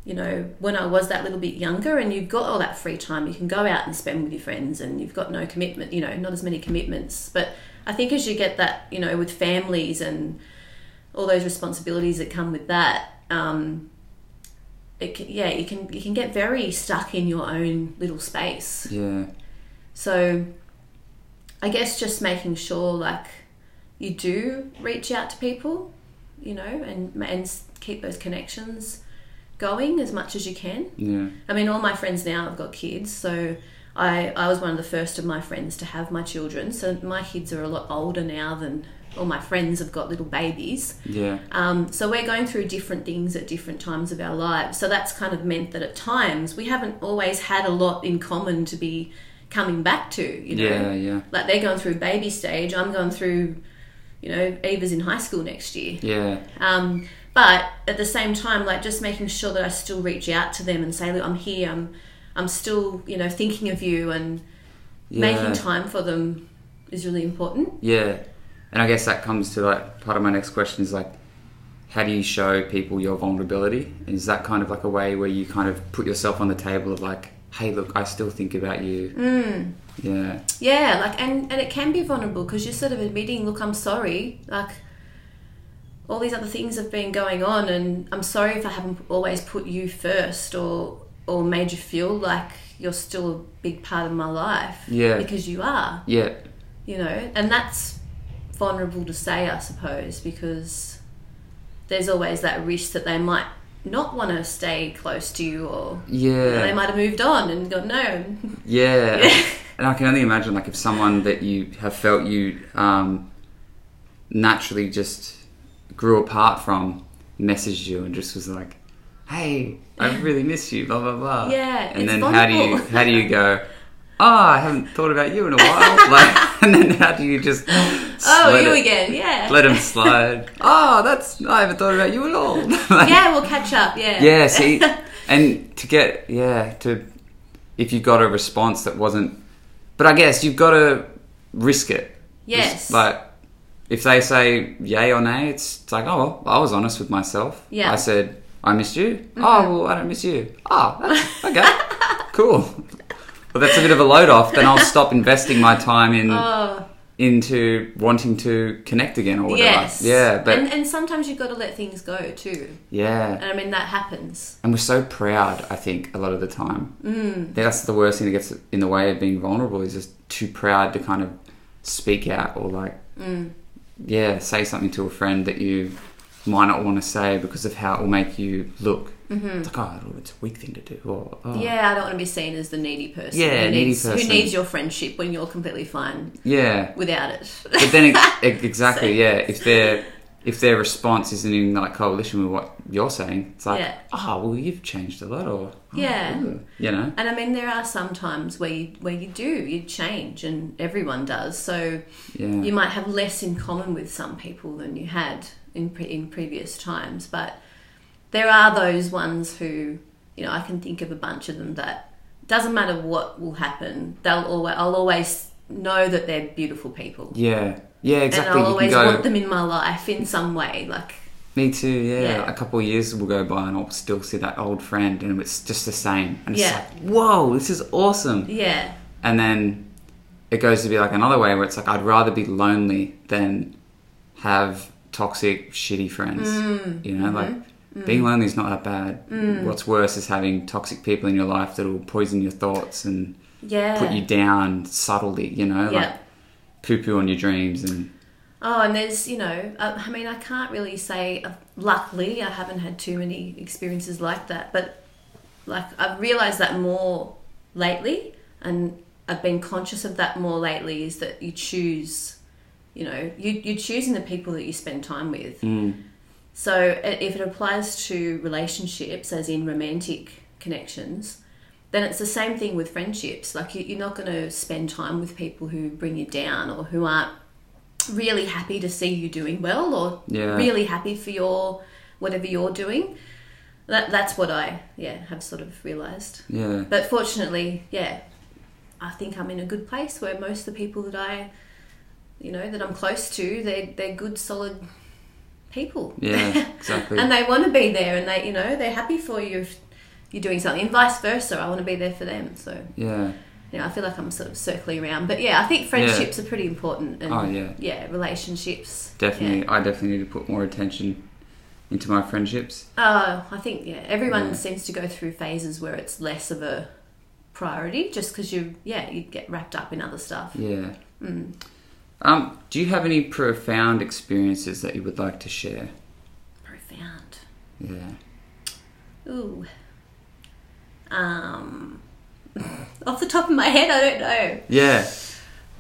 [SPEAKER 2] you know, when I was that little bit younger and you've got all that free time, you can go out and spend with your friends and you've got no commitment, you know, not as many commitments. But I think as you get that, you know, with families and all those responsibilities that come with that, um, it can, yeah, you can you can get very stuck in your own little space.
[SPEAKER 1] yeah.
[SPEAKER 2] So I guess just making sure like you do reach out to people, you know, and and s- keep those connections going as much as you can.
[SPEAKER 1] Yeah.
[SPEAKER 2] I mean, all my friends now have got kids, so I I was one of the first of my friends to have my children. So my kids are a lot older now than all my friends have got little babies.
[SPEAKER 1] Yeah.
[SPEAKER 2] Um, so we're going through different things at different times of our lives. So that's kind of meant that at times we haven't always had a lot in common to be coming back to. You know,
[SPEAKER 1] Yeah. Yeah.
[SPEAKER 2] like they're going through baby stage. I'm going through, you know, Eva's in high school next year.
[SPEAKER 1] Yeah.
[SPEAKER 2] Um, but at the same time, like just making sure that I still reach out to them and say, look, I'm here. I'm, I'm still, you know, thinking of you and
[SPEAKER 1] Yeah.
[SPEAKER 2] making time for them is really important.
[SPEAKER 1] Yeah. And I guess that comes to like part of my next question is like, how do you show people your vulnerability? Is that kind of like a way where you kind of put yourself on the table of like, hey, look, I still think about you. Yeah.
[SPEAKER 2] Yeah, like and and it can be vulnerable because you're sort of admitting, look, I'm sorry, like all these other things have been going on, and I'm sorry if I haven't always put you first or or made you feel like you're still a big part of my life.
[SPEAKER 1] Yeah.
[SPEAKER 2] because you are,
[SPEAKER 1] Yeah.
[SPEAKER 2] you know, and that's vulnerable to say, I suppose, because there's always that risk that they might not want to stay close to you or.
[SPEAKER 1] Yeah.
[SPEAKER 2] They might have moved on and gone, no,
[SPEAKER 1] Yeah. and I can only imagine, like, if someone that you have felt you um, naturally just grew apart from messaged you and just was like, "Hey, I really miss you," blah blah blah.
[SPEAKER 2] Yeah,
[SPEAKER 1] And
[SPEAKER 2] it's
[SPEAKER 1] then how do you
[SPEAKER 2] vulnerable.
[SPEAKER 1] how do you go? Oh, I haven't thought about you in a while. [laughs] like, and then how do you just?
[SPEAKER 2] oh,
[SPEAKER 1] let
[SPEAKER 2] you
[SPEAKER 1] it-
[SPEAKER 2] again, yeah.
[SPEAKER 1] Let
[SPEAKER 2] [laughs]
[SPEAKER 1] him slide. oh, that's I haven't thought about you at all. [laughs] Like,
[SPEAKER 2] yeah, we'll catch up. Yeah.
[SPEAKER 1] yeah, see, and and to get yeah to if you got a response that wasn't, but I guess you've got to risk it.
[SPEAKER 2] Yes.
[SPEAKER 1] Like if they say yay or nay, it's, it's like oh, well, I was honest with myself.
[SPEAKER 2] Yeah. Mm-hmm.
[SPEAKER 1] I said I missed you. Oh well, I don't miss you. Oh, that's, okay, cool. Well, that's a bit of a load off. Then I'll stop investing my time in
[SPEAKER 2] [laughs] oh,
[SPEAKER 1] into wanting to connect again or whatever.
[SPEAKER 2] yes.
[SPEAKER 1] Yeah, but
[SPEAKER 2] and, and sometimes you've got to let things go too.
[SPEAKER 1] yeah.
[SPEAKER 2] And I mean, that happens.
[SPEAKER 1] And we're so proud, I think, a lot of the time. Mm. That's the worst thing that gets in the way of being vulnerable is just too proud to kind of speak out or like,
[SPEAKER 2] Mm.
[SPEAKER 1] yeah, say something to a friend that you might not want to say because of how it will make you look. It's like, oh, it's a weak thing to do. Or, oh.
[SPEAKER 2] Mm-hmm. Yeah, I don't want to be seen as the needy person.
[SPEAKER 1] Yeah,
[SPEAKER 2] who
[SPEAKER 1] needy
[SPEAKER 2] needs,
[SPEAKER 1] person.
[SPEAKER 2] Who needs your friendship when you're completely fine
[SPEAKER 1] Yeah.
[SPEAKER 2] without it?
[SPEAKER 1] But
[SPEAKER 2] [laughs]
[SPEAKER 1] then, ex- ex- exactly, yeah, if their If their response isn't in like coalition with what you're saying, it's like,
[SPEAKER 2] Yeah.
[SPEAKER 1] oh, well, you've changed a lot, or oh,
[SPEAKER 2] Yeah.
[SPEAKER 1] ooh," you know,
[SPEAKER 2] And I mean, there are some times where you where you do you change, and everyone does. So
[SPEAKER 1] yeah,
[SPEAKER 2] you might have less in common with some people than you had in pre- in previous times. But there are those ones who you know I can think of a bunch of them that doesn't matter what will happen, they'll always I'll always know that they're beautiful people,
[SPEAKER 1] yeah, yeah, exactly.
[SPEAKER 2] and I'll
[SPEAKER 1] you can
[SPEAKER 2] always
[SPEAKER 1] go.
[SPEAKER 2] want them in my life in some way, like.
[SPEAKER 1] Me too, yeah.
[SPEAKER 2] Yeah.
[SPEAKER 1] A couple of years will go by and I'll still see that old friend and it's just the same. And it's
[SPEAKER 2] Yeah.
[SPEAKER 1] like, whoa, this is awesome.
[SPEAKER 2] Yeah,
[SPEAKER 1] And then it goes to be like another way where it's like, I'd rather be lonely than have toxic, shitty friends.
[SPEAKER 2] Mm.
[SPEAKER 1] You know, like
[SPEAKER 2] Mm-hmm.
[SPEAKER 1] being lonely is not that bad. What's worse is having toxic people in your life that will poison your thoughts and
[SPEAKER 2] yeah.
[SPEAKER 1] put you down subtly, you know,
[SPEAKER 2] Yeah.
[SPEAKER 1] like poo poo on your dreams and
[SPEAKER 2] Oh, and there's, you know, uh, I mean, I can't really say, uh, luckily, I haven't had too many experiences like that, but like I've realized that more lately, and I've been conscious of that more lately is that you choose, you know, you, you're choosing the people that you spend time with. So i- if it applies to relationships, as in romantic connections, then it's the same thing with friendships. Like you, you're not going to spend time with people who bring you down or who aren't really happy to see you doing well or
[SPEAKER 1] Yeah.
[SPEAKER 2] really happy for your whatever you're doing. That that's what I yeah have sort of realised.
[SPEAKER 1] yeah.
[SPEAKER 2] But fortunately, yeah, I think I'm in a good place where most of the people that I, you know, that I'm close to, they're they're good, solid people.
[SPEAKER 1] Yeah, exactly.
[SPEAKER 2] [laughs] and they want to be there, and they you know they're happy for you if you're doing something, and vice versa. I want to be there for them. So
[SPEAKER 1] yeah.
[SPEAKER 2] you know, I feel like I'm sort of circling around. But yeah, I think friendships are pretty important. And
[SPEAKER 1] Oh, yeah.
[SPEAKER 2] yeah, relationships.
[SPEAKER 1] Definitely,
[SPEAKER 2] Yeah.
[SPEAKER 1] I definitely need to put more attention into my friendships.
[SPEAKER 2] Oh, I think yeah. Everyone
[SPEAKER 1] Yeah.
[SPEAKER 2] seems to go through phases where it's less of a priority, just because you yeah you get wrapped up in other stuff.
[SPEAKER 1] Yeah.
[SPEAKER 2] Mm.
[SPEAKER 1] Um, do you have any profound experiences that you would like to share?
[SPEAKER 2] Profound.
[SPEAKER 1] Yeah.
[SPEAKER 2] Ooh. Um. [laughs] Off the top of my head, I don't know.
[SPEAKER 1] Yeah.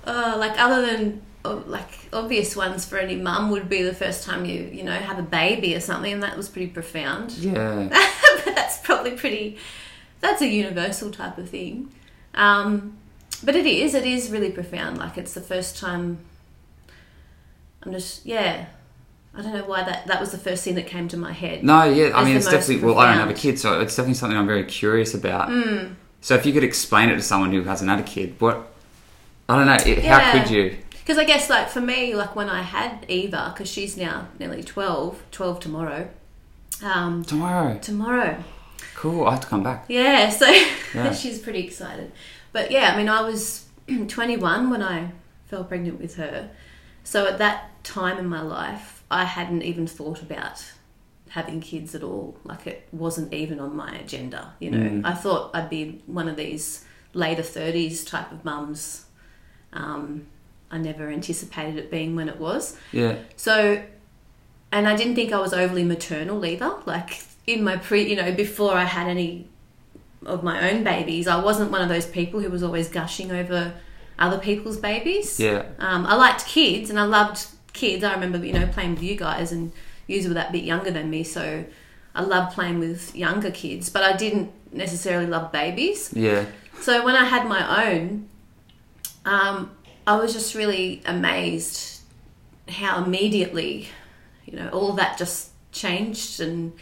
[SPEAKER 2] Uh, like other than oh, like obvious ones for any mum would be the first time you you know have a baby or something, and that was pretty profound.
[SPEAKER 1] Yeah.
[SPEAKER 2] [laughs] but that's probably pretty that's a universal type of thing um, but it is it is really profound like it's the first time i'm just yeah i don't know why that that was the first thing that came to my head
[SPEAKER 1] No, yeah, I mean,
[SPEAKER 2] It's the
[SPEAKER 1] it's
[SPEAKER 2] most
[SPEAKER 1] definitely, well, I don't have a
[SPEAKER 2] profound. Mm.
[SPEAKER 1] kid, so it's definitely something I'm very curious about. So if you could explain it to someone who hasn't had a kid, what, I don't know, it, how
[SPEAKER 2] Yeah.
[SPEAKER 1] could you?
[SPEAKER 2] because i guess like for me like when i had eva because she's now nearly 12 12 tomorrow um,
[SPEAKER 1] Tomorrow.
[SPEAKER 2] tomorrow
[SPEAKER 1] Cool, I have to come back.
[SPEAKER 2] Yeah, so [laughs]
[SPEAKER 1] Yeah.
[SPEAKER 2] she's pretty excited. But yeah, I mean, I was [clears throat] 21 when I fell pregnant with her. So at that time in my life, I hadn't even thought about having kids at all. Like it wasn't even on my agenda, you know. I thought I'd be one of these later 30s type of mums. Um, I never anticipated it being when it was.
[SPEAKER 1] Yeah.
[SPEAKER 2] So, and I didn't think I was overly maternal either. Like in my pre, you know, before I had any of my own babies, I wasn't one of those people who was always gushing over other people's babies.
[SPEAKER 1] Yeah.
[SPEAKER 2] Um, I liked kids and I loved kids. I remember, you know, playing with you guys and you were that bit younger than me, so I loved playing with younger kids, but I didn't necessarily love babies.
[SPEAKER 1] Yeah.
[SPEAKER 2] So when I had my own, um, I was just really amazed how immediately, you know, all that just changed and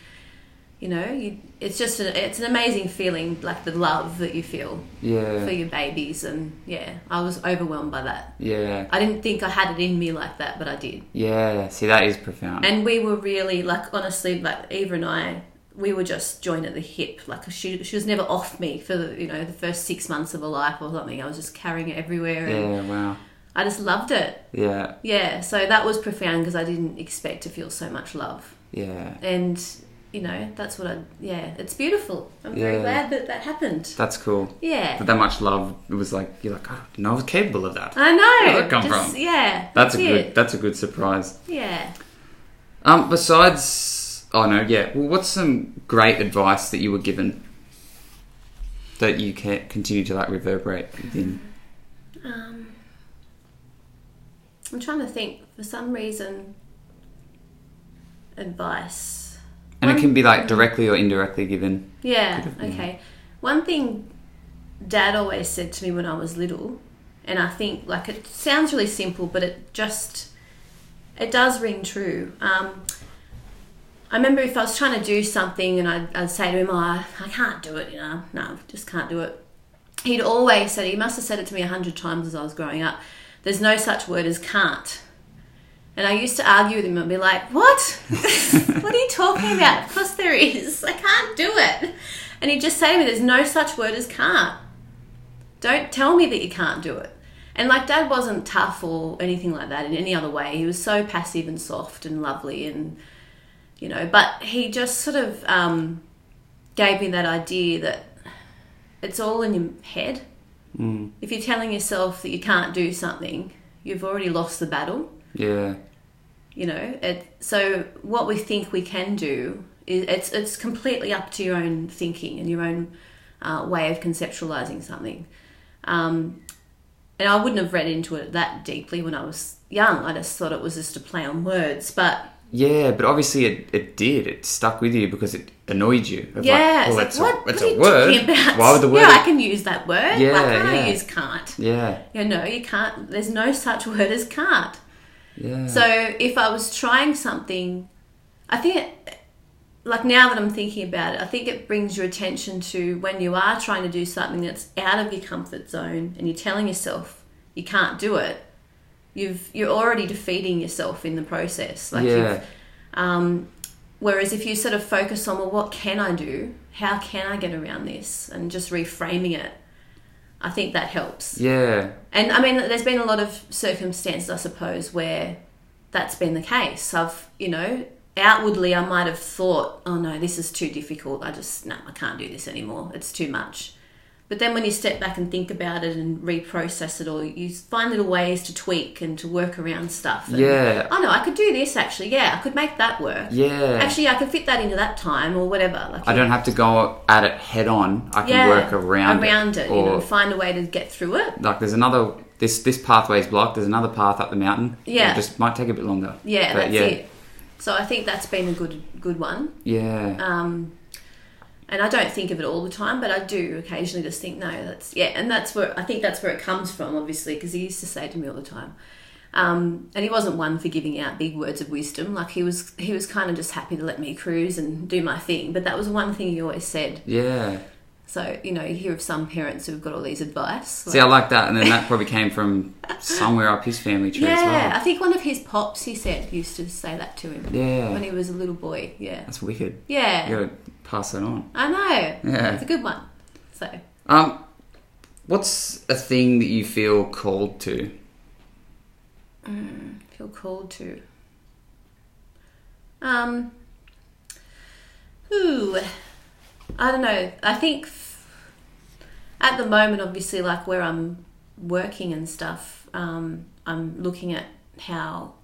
[SPEAKER 2] you know you, it's just a, it's an amazing feeling like the love that you feel for
[SPEAKER 1] Yeah.
[SPEAKER 2] your babies and yeah i was overwhelmed by that
[SPEAKER 1] Yeah.
[SPEAKER 2] i didn't think i had it in me like that but i did
[SPEAKER 1] Yeah. See, that is profound.
[SPEAKER 2] and we were really like honestly like eva and i we were just joined at the hip like she, she was never off me for the, you know the first six months of her life or something i was just carrying it everywhere and
[SPEAKER 1] yeah. Wow.
[SPEAKER 2] i just loved it
[SPEAKER 1] Yeah.
[SPEAKER 2] yeah so that was profound because i didn't expect to feel so much love
[SPEAKER 1] Yeah.
[SPEAKER 2] and you know that's what i yeah it's beautiful i'm very
[SPEAKER 1] Yeah.
[SPEAKER 2] glad that that happened
[SPEAKER 1] That's cool.
[SPEAKER 2] yeah
[SPEAKER 1] But that much love it was like you're like oh, no, I was capable of that.
[SPEAKER 2] i know
[SPEAKER 1] Where'd that come
[SPEAKER 2] Just-
[SPEAKER 1] from?
[SPEAKER 2] yeah
[SPEAKER 1] That's a
[SPEAKER 2] it.
[SPEAKER 1] good. That's a good surprise.
[SPEAKER 2] yeah
[SPEAKER 1] Um. Besides. Oh no. Yeah. Well, what's some great advice that you were given that you can continue to like reverberate within?
[SPEAKER 2] um i'm trying to think for some reason advice
[SPEAKER 1] And it
[SPEAKER 2] One-
[SPEAKER 1] can be like directly or indirectly given.
[SPEAKER 2] Yeah,
[SPEAKER 1] Could have-
[SPEAKER 2] okay. One thing dad always said to me when I was little, and I think like it sounds really simple, but it just it does ring true. Um, I remember if I was trying to do something and I'd, I'd say to him, oh, I I can't do it, you know, no, just can't do it. He'd always said, he must have said it to me a hundred times as I was growing up, there's no such word as can't. And I used to argue with him and be like, What? [laughs] what are you talking about? Of course there is. I can't do it. And he'd just say to me, There's no such word as can't. Don't tell me that you can't do it. And like, dad wasn't tough or anything like that in any other way. He was so passive and soft and lovely and, you know, but he just sort of um, gave me that idea that it's all in your head.
[SPEAKER 1] Mm.
[SPEAKER 2] If you're telling yourself that you can't do something, you've already lost the battle
[SPEAKER 1] Yeah.
[SPEAKER 2] you know it so what we think we can do is it's it's completely up to your own thinking and your own uh, way of conceptualizing something um, and i wouldn't have read into it that deeply when i was young i just thought it was just a play on words but
[SPEAKER 1] Yeah, but obviously it, it did. It stuck with you because it annoyed you. Of
[SPEAKER 2] yeah
[SPEAKER 1] like, well, that's
[SPEAKER 2] it's like,
[SPEAKER 1] a, that's
[SPEAKER 2] are
[SPEAKER 1] a
[SPEAKER 2] you
[SPEAKER 1] word.
[SPEAKER 2] talking about?
[SPEAKER 1] Why would the word?
[SPEAKER 2] [laughs] yeah i can use that word
[SPEAKER 1] Yeah,
[SPEAKER 2] why can't
[SPEAKER 1] yeah.
[SPEAKER 2] i use can't
[SPEAKER 1] yeah,
[SPEAKER 2] you know you can't there's no such [laughs] word as can't
[SPEAKER 1] yeah.
[SPEAKER 2] So if I was trying something, I think, it, like now that I'm thinking about it, I think it brings your attention to when you are trying to do something that's out of your comfort zone and you're telling yourself you can't do it. You've you're already defeating yourself in the process. Like you've
[SPEAKER 1] yeah,
[SPEAKER 2] um, whereas if you sort of focus on, well, what can I do? How can I get around this? And just reframing it, I think that helps.
[SPEAKER 1] yeah,
[SPEAKER 2] And I mean, there's been a lot of circumstances, I suppose, where that's been the case. I've, you know, outwardly I might have thought, oh no, this is too difficult. I just, no, I can't do this anymore. It's too much. But then when you step back and think about it and reprocess it all, you find little ways to tweak and to work around stuff. And,
[SPEAKER 1] Yeah.
[SPEAKER 2] Oh no, I could do this actually. Yeah, I could make that work.
[SPEAKER 1] yeah.
[SPEAKER 2] Actually, I could fit that into that time or whatever. Like,
[SPEAKER 1] I don't have to go at it head on. I can
[SPEAKER 2] yeah,
[SPEAKER 1] work around,
[SPEAKER 2] around it,
[SPEAKER 1] or
[SPEAKER 2] you know, find a way to get through it.
[SPEAKER 1] like there's another. This this pathway's blocked. There's another path up the mountain.
[SPEAKER 2] Yeah.
[SPEAKER 1] it just might take a bit longer.
[SPEAKER 2] Yeah,
[SPEAKER 1] But
[SPEAKER 2] that's
[SPEAKER 1] yeah,
[SPEAKER 2] it. So I think that's been a good good one.
[SPEAKER 1] Yeah,
[SPEAKER 2] Um, and I don't think of it all the time, but I do occasionally just think, no, that's yeah, and that's where I think that's where it comes from, obviously, because he used to say to me all the time. Um, and he wasn't one for giving out big words of wisdom. Like he was, he was kind of just happy to let me cruise and do my thing. But that was one thing he always said.
[SPEAKER 1] yeah.
[SPEAKER 2] So you know, you hear of some parents who've got all these advice.
[SPEAKER 1] See, I like that, and then that probably came from somewhere up his family tree as
[SPEAKER 2] yeah,
[SPEAKER 1] well.
[SPEAKER 2] I think one of his pops, he said, used to say that to him
[SPEAKER 1] Yeah.
[SPEAKER 2] when he was a little boy. Yeah,
[SPEAKER 1] That's wicked.
[SPEAKER 2] yeah.
[SPEAKER 1] You gotta pass that on.
[SPEAKER 2] I know.
[SPEAKER 1] Yeah.
[SPEAKER 2] It's a good one. So,
[SPEAKER 1] Um, what's a thing that you feel called to?
[SPEAKER 2] feel called to. Um, ooh, I don't know. I think f- at the moment, obviously, like where I'm working and stuff, um, I'm looking at how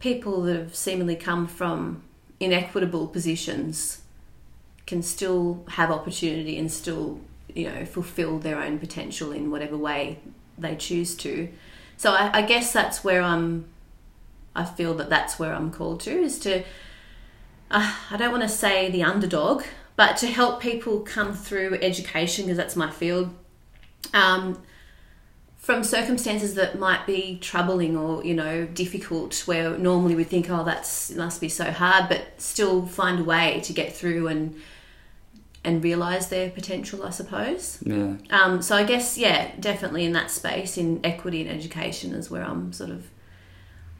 [SPEAKER 2] people that have seemingly come from inequitable positions can still have opportunity and still, you know, fulfill their own potential in whatever way they choose to. So I, I guess that's where I'm. I feel that that's where I'm called to is to. Uh, I don't want to say the underdog, but to help people come through education because that's my field. Um, from circumstances that might be troubling or you know difficult where normally we'd think oh that's must be so hard but still find a way to get through and and realize their potential i suppose
[SPEAKER 1] Yeah.
[SPEAKER 2] um, so i guess yeah definitely in that space in equity and education is where i'm sort of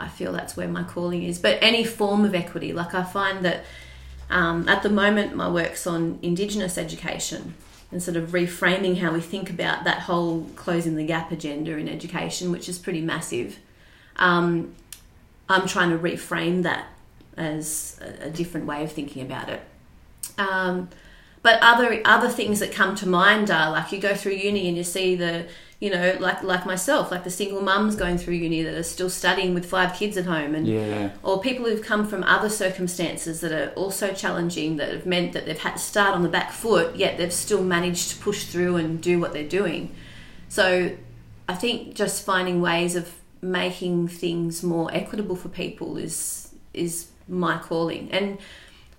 [SPEAKER 2] i feel that's where my calling is but any form of equity like i find that um, at the moment my work's on indigenous education and sort of reframing how we think about that whole closing the gap agenda in education, which is pretty massive. Um, I'm trying to reframe that as a, a different way of thinking about it. Um, but other other things that come to mind are like you go through uni and you see the you know like like myself like the single mums going through uni that are still studying with five kids at home and
[SPEAKER 1] Yeah.
[SPEAKER 2] or people who've come from other circumstances that are also challenging that have meant that they've had to start on the back foot, yet they've still managed to push through and do what they're doing. So I think just finding ways of making things more equitable for people is is my calling. And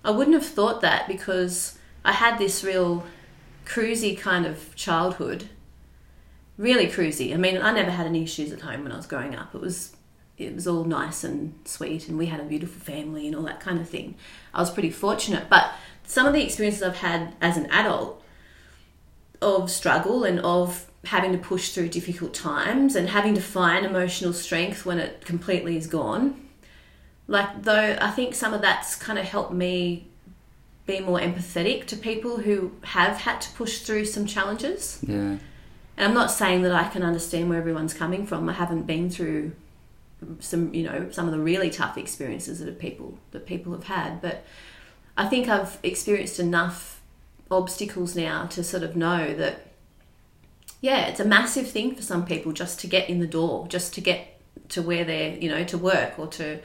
[SPEAKER 2] I wouldn't have thought that because I had this real cruisy kind of childhood. Really cruisy. I mean, I never had any issues at home when I was growing up. It was it was all nice and sweet and we had a beautiful family and all that kind of thing. I was pretty fortunate, but some of the experiences I've had as an adult of struggle and of having to push through difficult times and having to find emotional strength when it completely is gone. Like though I think some of that's kind of helped me be more empathetic to people who have had to push through some challenges.
[SPEAKER 1] Yeah.
[SPEAKER 2] And I'm not saying that I can understand where everyone's coming from. I haven't been through some, you know, some of the really tough experiences that people that people have had, but I think I've experienced enough obstacles now to sort of know that yeah, it's a massive thing for some people just to get in the door, just to get to where they're, you know, to work or to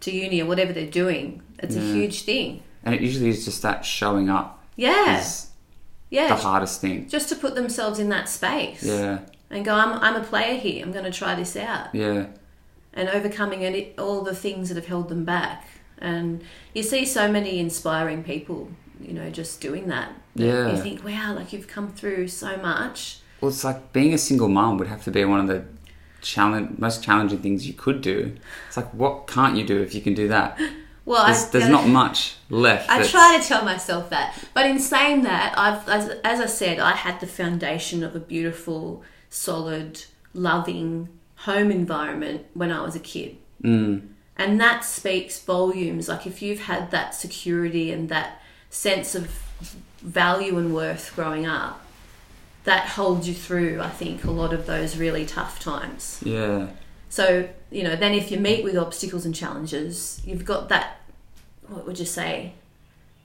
[SPEAKER 2] to uni or whatever they're doing. It's a
[SPEAKER 1] Yeah.
[SPEAKER 2] huge thing.
[SPEAKER 1] And it usually is just that showing up
[SPEAKER 2] Yeah.
[SPEAKER 1] is the
[SPEAKER 2] yeah.
[SPEAKER 1] hardest thing.
[SPEAKER 2] Just to put themselves in that space.
[SPEAKER 1] Yeah.
[SPEAKER 2] and go, I'm, I'm a player here, I'm going to try this out.
[SPEAKER 1] Yeah.
[SPEAKER 2] And overcoming any, all the things that have held them back. And you see so many inspiring people, you know, just doing that. You
[SPEAKER 1] Yeah.
[SPEAKER 2] think, wow, like you've come through so much.
[SPEAKER 1] Well, it's like being a single mom would have to be one of the challenge most challenging things you could do. It's like what can't you do if you can do that?
[SPEAKER 2] Well,
[SPEAKER 1] There's,
[SPEAKER 2] I,
[SPEAKER 1] there's not much left.
[SPEAKER 2] I
[SPEAKER 1] that's-
[SPEAKER 2] try to tell myself that, but in saying that, I've as, as I said, I had the foundation of a beautiful, solid, loving home environment when I was a kid,
[SPEAKER 1] Mm,
[SPEAKER 2] and that speaks volumes like if you've had that security and that sense of value and worth growing up that holds you through i think a lot of those really tough times
[SPEAKER 1] yeah.
[SPEAKER 2] so you know then if you meet with obstacles and challenges you've got that what would you say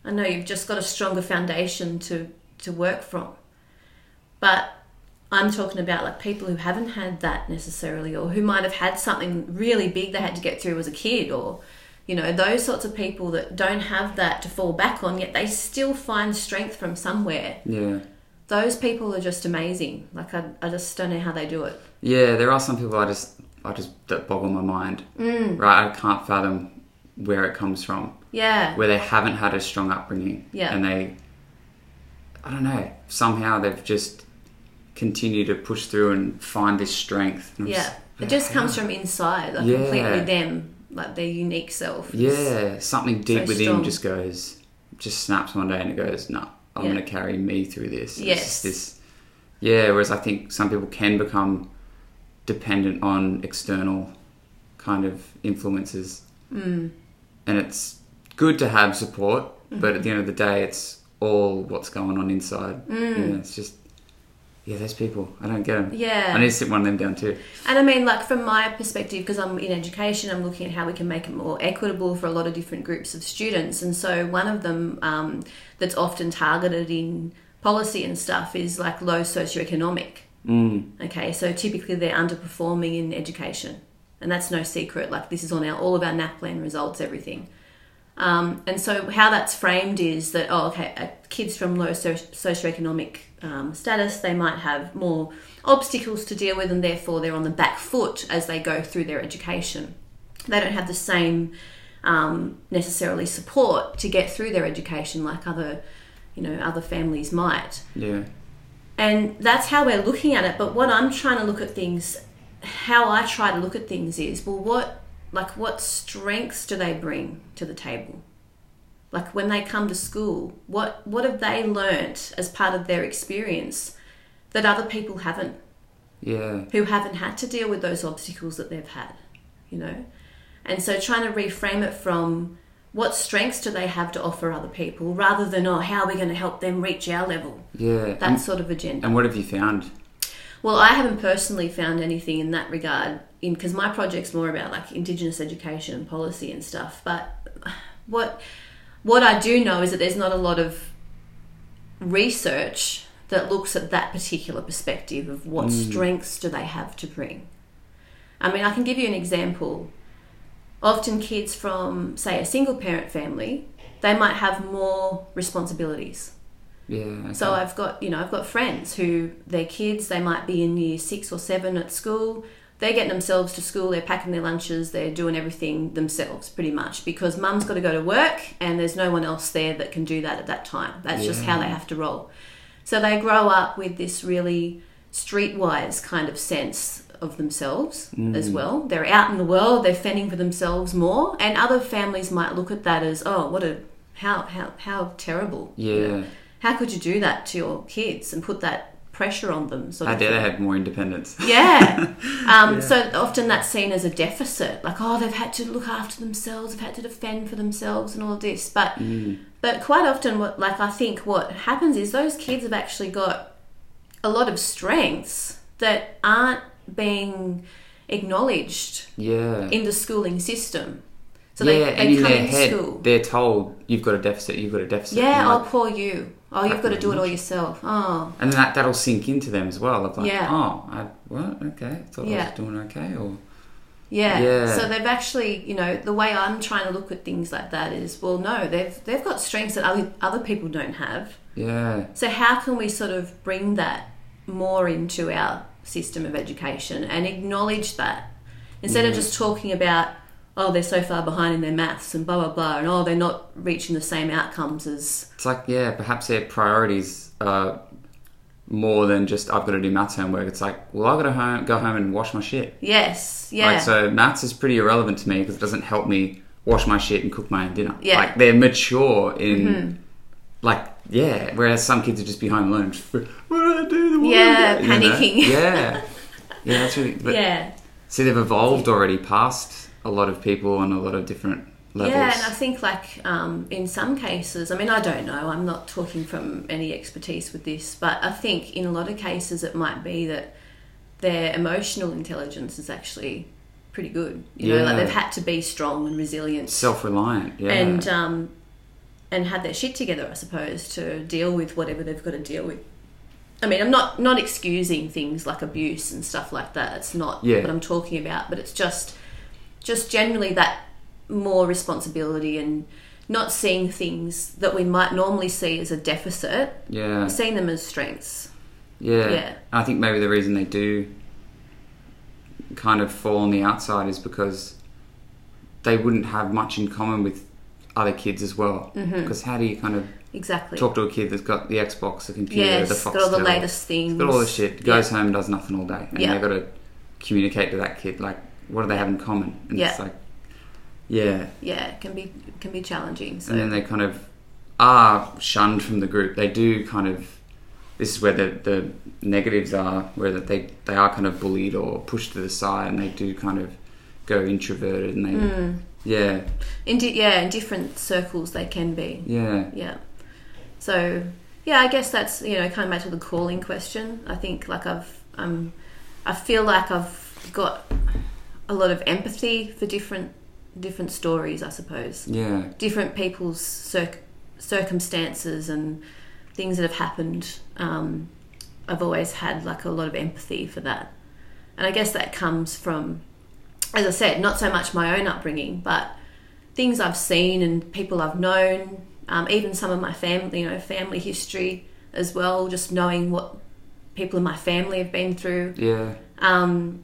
[SPEAKER 2] i know you've just got a stronger foundation to to work from but i'm talking about like people who haven't had that necessarily or who might have had something really big they had to get through as a kid or you know those sorts of people that don't have that to fall back on yet they still find strength from somewhere
[SPEAKER 1] Yeah.
[SPEAKER 2] those people are just amazing like i, I just don't know how they do it
[SPEAKER 1] Yeah, there are some people I just I just that boggle my mind. Mm. Right, I can't fathom where it comes from,
[SPEAKER 2] yeah
[SPEAKER 1] where they haven't had a strong upbringing.
[SPEAKER 2] Yeah.
[SPEAKER 1] and they, I don't know, somehow they've just continued to push through and find this strength. And I'm
[SPEAKER 2] Yeah,
[SPEAKER 1] just-
[SPEAKER 2] it just comes from inside, like
[SPEAKER 1] Yeah.
[SPEAKER 2] completely them, like their unique self.
[SPEAKER 1] Yeah, something deep
[SPEAKER 2] so
[SPEAKER 1] within
[SPEAKER 2] strong.
[SPEAKER 1] just goes, just snaps one day and it goes, no, I'm
[SPEAKER 2] Yeah.
[SPEAKER 1] going to carry me through this. It's
[SPEAKER 2] Yes.
[SPEAKER 1] This, yeah, whereas I think some people can become dependent on external kind of influences. Mm. And it's good to have support, but
[SPEAKER 2] Mm-hmm.
[SPEAKER 1] at the end of the day, it's all what's going on inside. Yeah, it's just, yeah, those people, I don't get them.
[SPEAKER 2] Mm. Yeah.
[SPEAKER 1] I need to sit one of them down too.
[SPEAKER 2] And I mean, like from my perspective, because I'm in education, I'm looking at how we can make it more equitable for a lot of different groups of students. And so one of them um, that's often targeted in policy and stuff is like low socioeconomic.
[SPEAKER 1] Mm.
[SPEAKER 2] Okay, so typically they're underperforming in education, and that's no secret. Like this is on our all of our NAPLAN results, everything. Um, and so how that's framed is that oh, okay, uh, kids from low so- socioeconomic um, status they might have more obstacles to deal with, and therefore they're on the back foot as they go through their education. They don't have the same um, necessarily support to get through their education like other, you know, other families might
[SPEAKER 1] Yeah.
[SPEAKER 2] and that's how we're looking at it but what i'm trying to look at things how i try to look at things is well what like what strengths do they bring to the table like when they come to school what what have they learnt as part of their experience that other people haven't
[SPEAKER 1] Yeah.
[SPEAKER 2] who haven't had to deal with those obstacles that they've had, you know? And so trying to reframe it from what strengths do they have to offer other people rather than, oh, how are we going to help them reach our level?
[SPEAKER 1] Yeah.
[SPEAKER 2] That
[SPEAKER 1] And,
[SPEAKER 2] sort of agenda.
[SPEAKER 1] and what have you found?
[SPEAKER 2] Well, I haven't personally found anything in that regard, in because my project's more about like Indigenous education and policy and stuff. But what what I do know is that there's not a lot of research that looks at that particular perspective of what strengths do they have to bring. I mean, I can give you an example. Often, kids from say a single parent family, they might have more responsibilities.
[SPEAKER 1] Yeah.
[SPEAKER 2] So
[SPEAKER 1] okay.
[SPEAKER 2] I've got, you know, I've got friends who their kids, they might be in year six or seven at school. They're getting themselves to school, they're packing their lunches, they're doing everything themselves pretty much because mum's got to go to work and there's no one else there that can do that at that time. That's just how they
[SPEAKER 1] Yeah.
[SPEAKER 2] have to roll. So they grow up with this really streetwise kind of sense of themselves
[SPEAKER 1] Mm.
[SPEAKER 2] as well. They're out in the world, they're fending for themselves more. And other families might look at that as, oh, what a, how, how, how terrible. you know?
[SPEAKER 1] yeah.
[SPEAKER 2] how could you do that to your kids and put that pressure on them? Sort
[SPEAKER 1] How
[SPEAKER 2] of
[SPEAKER 1] dare they
[SPEAKER 2] thing.
[SPEAKER 1] have more independence? [laughs]
[SPEAKER 2] Yeah. Um, So often that's seen as a deficit, like oh they've had to look after themselves, they've had to defend for themselves, and all of this. But
[SPEAKER 1] Mm.
[SPEAKER 2] but quite often, what like I think what happens is those kids have actually got a lot of strengths that aren't being acknowledged
[SPEAKER 1] Yeah.
[SPEAKER 2] in the schooling system. So
[SPEAKER 1] yeah,
[SPEAKER 2] they,
[SPEAKER 1] and
[SPEAKER 2] they
[SPEAKER 1] in
[SPEAKER 2] come
[SPEAKER 1] their
[SPEAKER 2] into
[SPEAKER 1] head,
[SPEAKER 2] school.
[SPEAKER 1] they're told you've got a deficit, you've got a deficit.
[SPEAKER 2] Yeah,
[SPEAKER 1] and,
[SPEAKER 2] oh
[SPEAKER 1] like,
[SPEAKER 2] poor you. Oh you've got to do it all yourself. Oh
[SPEAKER 1] and that that'll sink into them as well. Of like,
[SPEAKER 2] Yeah.
[SPEAKER 1] oh, I, what? Okay, I thought I
[SPEAKER 2] Yeah.
[SPEAKER 1] was doing okay, or
[SPEAKER 2] Yeah.
[SPEAKER 1] Yeah.
[SPEAKER 2] So they've actually, you know, the way I'm trying to look at things like that is, well, no, they've they've got strengths that other other people don't have.
[SPEAKER 1] yeah,
[SPEAKER 2] So how can we sort of bring that more into our system of education and acknowledge that instead of just talking about oh they're so far behind in their maths and blah blah blah and oh they're not reaching the same outcomes as
[SPEAKER 1] it's like yeah, perhaps their priorities are more than just I've got to do maths homework. It's like, well, I've got to home, go home and wash my shit.
[SPEAKER 2] yes yeah
[SPEAKER 1] Like, so maths is pretty irrelevant to me because it doesn't help me wash my shit and cook my own dinner.
[SPEAKER 2] Yeah. Mm-hmm.
[SPEAKER 1] Like, they're mature in, like, yeah. Whereas some kids are just be home alone. [laughs] What do I do? What do I
[SPEAKER 2] Yeah,
[SPEAKER 1] do?" You know?
[SPEAKER 2] panicking. [laughs]
[SPEAKER 1] Yeah. Yeah, that's really. But
[SPEAKER 2] yeah
[SPEAKER 1] See, they've evolved already past a lot of people on a lot of different levels.
[SPEAKER 2] Yeah, and I think like um, in some cases, I mean, I don't know. I'm not talking from any expertise with this, but I think in a lot of cases it might be that their emotional intelligence is actually pretty good. You know, like
[SPEAKER 1] Yeah.
[SPEAKER 2] they've had to be strong and resilient
[SPEAKER 1] Self-reliant. Yeah.
[SPEAKER 2] and um, and had their shit together, I suppose, to deal with whatever they've got to deal with. I mean, I'm not not excusing things like abuse and stuff like that. It's not
[SPEAKER 1] Yeah.
[SPEAKER 2] what I'm talking about, but it's just just generally that more responsibility and not seeing things that we might normally see as a deficit,
[SPEAKER 1] yeah.
[SPEAKER 2] seeing them as strengths.
[SPEAKER 1] Yeah.
[SPEAKER 2] Yeah.
[SPEAKER 1] I think maybe the reason they do kind of fall on the outside is because they wouldn't have much in common with other kids as well.
[SPEAKER 2] Mm-hmm.
[SPEAKER 1] Because how do you kind of
[SPEAKER 2] Exactly.
[SPEAKER 1] talk to a kid that's got the Xbox, the computer,
[SPEAKER 2] yes,
[SPEAKER 1] the
[SPEAKER 2] got
[SPEAKER 1] Foxtel,
[SPEAKER 2] all the latest things.
[SPEAKER 1] got all this shit, goes home, does nothing all day, and
[SPEAKER 2] Yeah.
[SPEAKER 1] they've got to communicate to that kid like what do they have in common? And it's
[SPEAKER 2] Yeah.
[SPEAKER 1] like, yeah.
[SPEAKER 2] Yeah, it can be can be challenging. So
[SPEAKER 1] and then they kind of are shunned from the group. They do kind of this is where the, the negatives are, where that they they are kind of bullied or pushed to the side, and they do kind of go introverted, and they
[SPEAKER 2] Mm.
[SPEAKER 1] yeah
[SPEAKER 2] in di- yeah, in different circles they can be.
[SPEAKER 1] yeah
[SPEAKER 2] Yeah. So yeah, I guess that's you know coming back to the calling question. I think like I've um, I feel like I've got a lot of empathy for different different stories. I suppose
[SPEAKER 1] yeah
[SPEAKER 2] different people's circ- circumstances and things that have happened. Um, I've always had like a lot of empathy for that, and I guess that comes from, as I said, not so much my own upbringing, but things I've seen and people I've known, um, even some of my family, you know, family history as well. Just knowing what people in my family have been through,
[SPEAKER 1] yeah
[SPEAKER 2] um,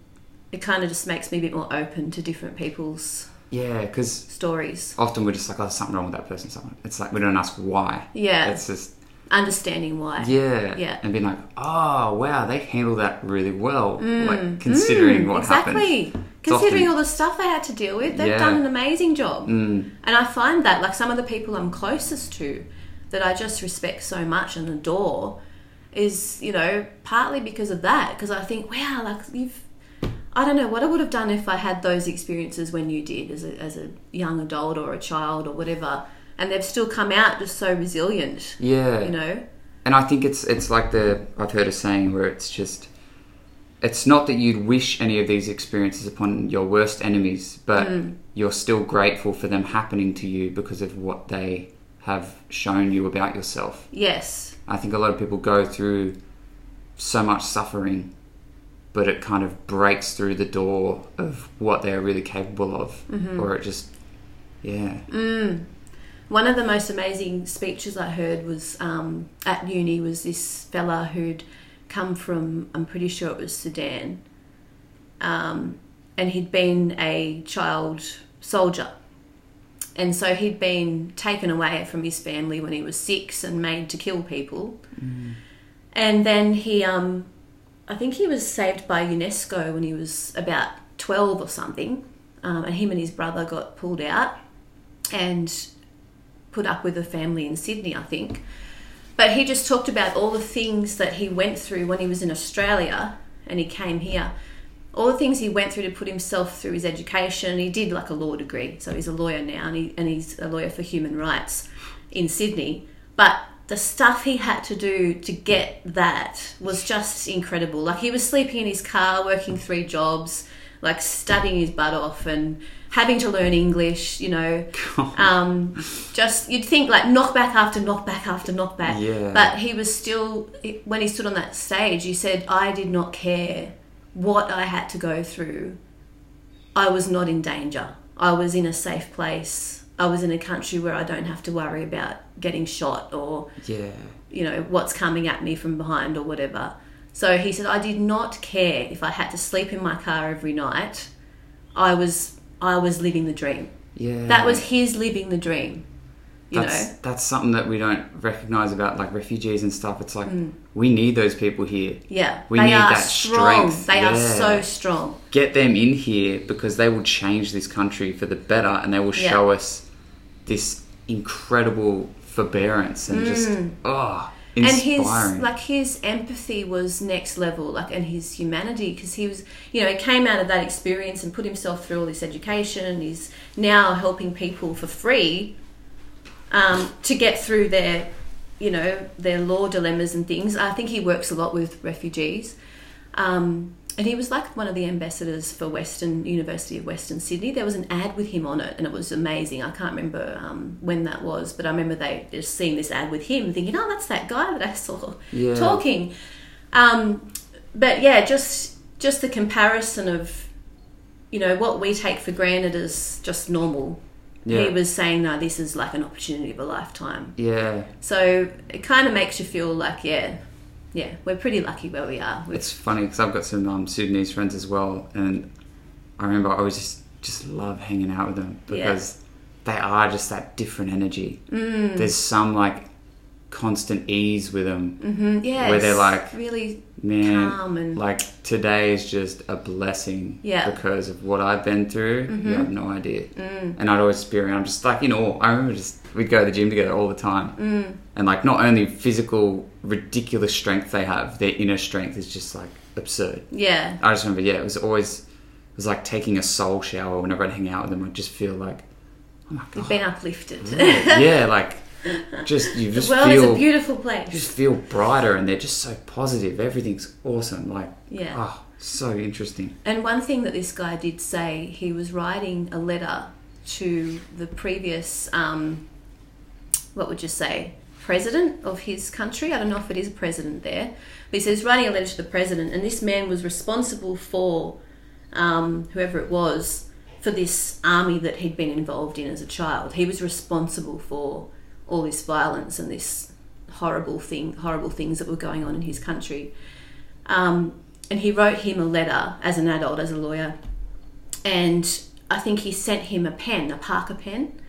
[SPEAKER 2] it kind of just makes me a bit more open to different people's
[SPEAKER 1] yeah because
[SPEAKER 2] stories.
[SPEAKER 1] often we're just like oh there's something wrong with that person. Something it's like we don't ask why.
[SPEAKER 2] Yeah.
[SPEAKER 1] It's just
[SPEAKER 2] understanding why.
[SPEAKER 1] Yeah.
[SPEAKER 2] Yeah.
[SPEAKER 1] And being like, oh, wow, they handled that really well. Like,
[SPEAKER 2] Mm,
[SPEAKER 1] considering what happened.
[SPEAKER 2] exactly. Considering
[SPEAKER 1] often-
[SPEAKER 2] all the stuff they had to deal with, they've
[SPEAKER 1] Yeah.
[SPEAKER 2] done an amazing job.
[SPEAKER 1] Mm,
[SPEAKER 2] And I find that, like, some of the people I'm closest to that I just respect so much and adore is, you know, partly because of that. Because I think, wow, like, you've, I don't know what I would have done if I had those experiences when you did as a, as a young adult or a child or whatever. And they've still come out just so resilient,
[SPEAKER 1] yeah.
[SPEAKER 2] you know?
[SPEAKER 1] And I think it's it's like the I've heard a saying where it's just it's not that you'd wish any of these experiences upon your worst enemies, but
[SPEAKER 2] Mm.
[SPEAKER 1] you're still grateful for them happening to you because of what they have shown you about yourself.
[SPEAKER 2] Yes.
[SPEAKER 1] I think a lot of people go through so much suffering, but it kind of breaks through the door of what they're really capable of,
[SPEAKER 2] Mm-hmm.
[SPEAKER 1] or it just yeah,
[SPEAKER 2] Mm.
[SPEAKER 1] [laughs]
[SPEAKER 2] One of the most amazing speeches I heard was um, at uni was this fella who'd come from I'm pretty sure it was Sudan, um, and he'd been a child soldier, and so he'd been taken away from his family when he was six and made to kill people, and then he um, I think he was saved by UNESCO when he was about twelve or something, um, and him and his brother got pulled out. And put up with a family in Sydney, I think. But he just talked about all the things that he went through when he was in Australia and he came here. All the things he went through to put himself through his education. He did like a law degree, so he's a lawyer now and, he, and he's a lawyer for human rights in Sydney. But the stuff he had to do to get that was just incredible. Like he was sleeping in his car, working three jobs, like studying his butt off and having to learn English, you know. um, just you'd think like knockback after knockback after knockback.
[SPEAKER 1] Yeah.
[SPEAKER 2] But he was still when he stood on that stage, he said, "I did not care what I had to go through. I was not in danger. I was in a safe place. I was in a country where I don't have to worry about getting shot or
[SPEAKER 1] yeah.
[SPEAKER 2] you know what's coming at me from behind or whatever." So he said, "I did not care if I had to sleep in my car every night. I was I was living the dream."
[SPEAKER 1] Yeah.
[SPEAKER 2] That was his living the dream. You
[SPEAKER 1] Mm. that's,
[SPEAKER 2] know?
[SPEAKER 1] that's something that we don't recognize about like refugees and stuff. It's like
[SPEAKER 2] Mm.
[SPEAKER 1] we need those people here.
[SPEAKER 2] Yeah.
[SPEAKER 1] We
[SPEAKER 2] they
[SPEAKER 1] need
[SPEAKER 2] are
[SPEAKER 1] that
[SPEAKER 2] strong.
[SPEAKER 1] strength.
[SPEAKER 2] They are
[SPEAKER 1] Yeah.
[SPEAKER 2] so strong.
[SPEAKER 1] Get them in here because they will change this country for the better, and they will
[SPEAKER 2] Yeah.
[SPEAKER 1] show us this incredible forbearance and just oh, inspiring.
[SPEAKER 2] Mm. And his like his empathy was next level, like and his humanity because he was you know he came out of that experience and put himself through all this education and he's now helping people for free um, to get through their you know their law dilemmas and things. I think he works a lot with refugees. Um, and he was like one of the ambassadors for Western University of Western Sydney. There was an ad with him on it, and it was amazing. I can't remember um, when that was, but I remember they just seeing this ad with him, thinking, "Oh, that's that guy that I saw
[SPEAKER 1] Yeah.
[SPEAKER 2] talking." Um, but yeah, just just the comparison of you know what we take for granted as just normal.
[SPEAKER 1] Yeah.
[SPEAKER 2] He was saying, "No, this is like an opportunity of a lifetime."
[SPEAKER 1] yeah,
[SPEAKER 2] So it kind of makes you feel like, yeah, yeah, we're pretty lucky where we are. We've
[SPEAKER 1] it's funny because I've got some um, Sudanese friends as well, and I remember I always just just love hanging out with them
[SPEAKER 2] Yeah.
[SPEAKER 1] because they are just that different energy.
[SPEAKER 2] Mm.
[SPEAKER 1] There's some like constant ease with them.
[SPEAKER 2] Yeah,
[SPEAKER 1] where they're
[SPEAKER 2] it's
[SPEAKER 1] like-
[SPEAKER 2] really
[SPEAKER 1] man
[SPEAKER 2] Calm and-
[SPEAKER 1] like today is just a blessing
[SPEAKER 2] Yeah. Mm-hmm.
[SPEAKER 1] because of what i've been through you have no idea
[SPEAKER 2] Mm.
[SPEAKER 1] and i'd always be around just like in awe i remember just we'd go to the gym together all the time mm. and like not only physical ridiculous strength they have their inner strength is just like absurd
[SPEAKER 2] yeah,
[SPEAKER 1] i just remember yeah it was always it was like taking a soul shower whenever i'd hang out with them i'd just feel like oh my
[SPEAKER 2] you've
[SPEAKER 1] god
[SPEAKER 2] been uplifted.
[SPEAKER 1] yeah like just you
[SPEAKER 2] [laughs]
[SPEAKER 1] Mm-hmm.
[SPEAKER 2] the
[SPEAKER 1] just
[SPEAKER 2] world
[SPEAKER 1] feel
[SPEAKER 2] is a beautiful
[SPEAKER 1] you
[SPEAKER 2] place.
[SPEAKER 1] just feel brighter and they're just so positive everything's awesome like
[SPEAKER 2] Yeah.
[SPEAKER 1] oh so interesting
[SPEAKER 2] And one thing that this guy did say, he was writing a letter to the previous, um, what would you say, president of his country. I don't know if it is a president there, but he says writing a letter to the president, and this man was responsible for um, whoever it was for this army that he'd been involved in as a child. He was responsible for all this violence and this horrible thing, horrible things that were going on in his country. Um, and he wrote him a letter as an adult, as a lawyer, and I think he sent him a pen, a Parker pen.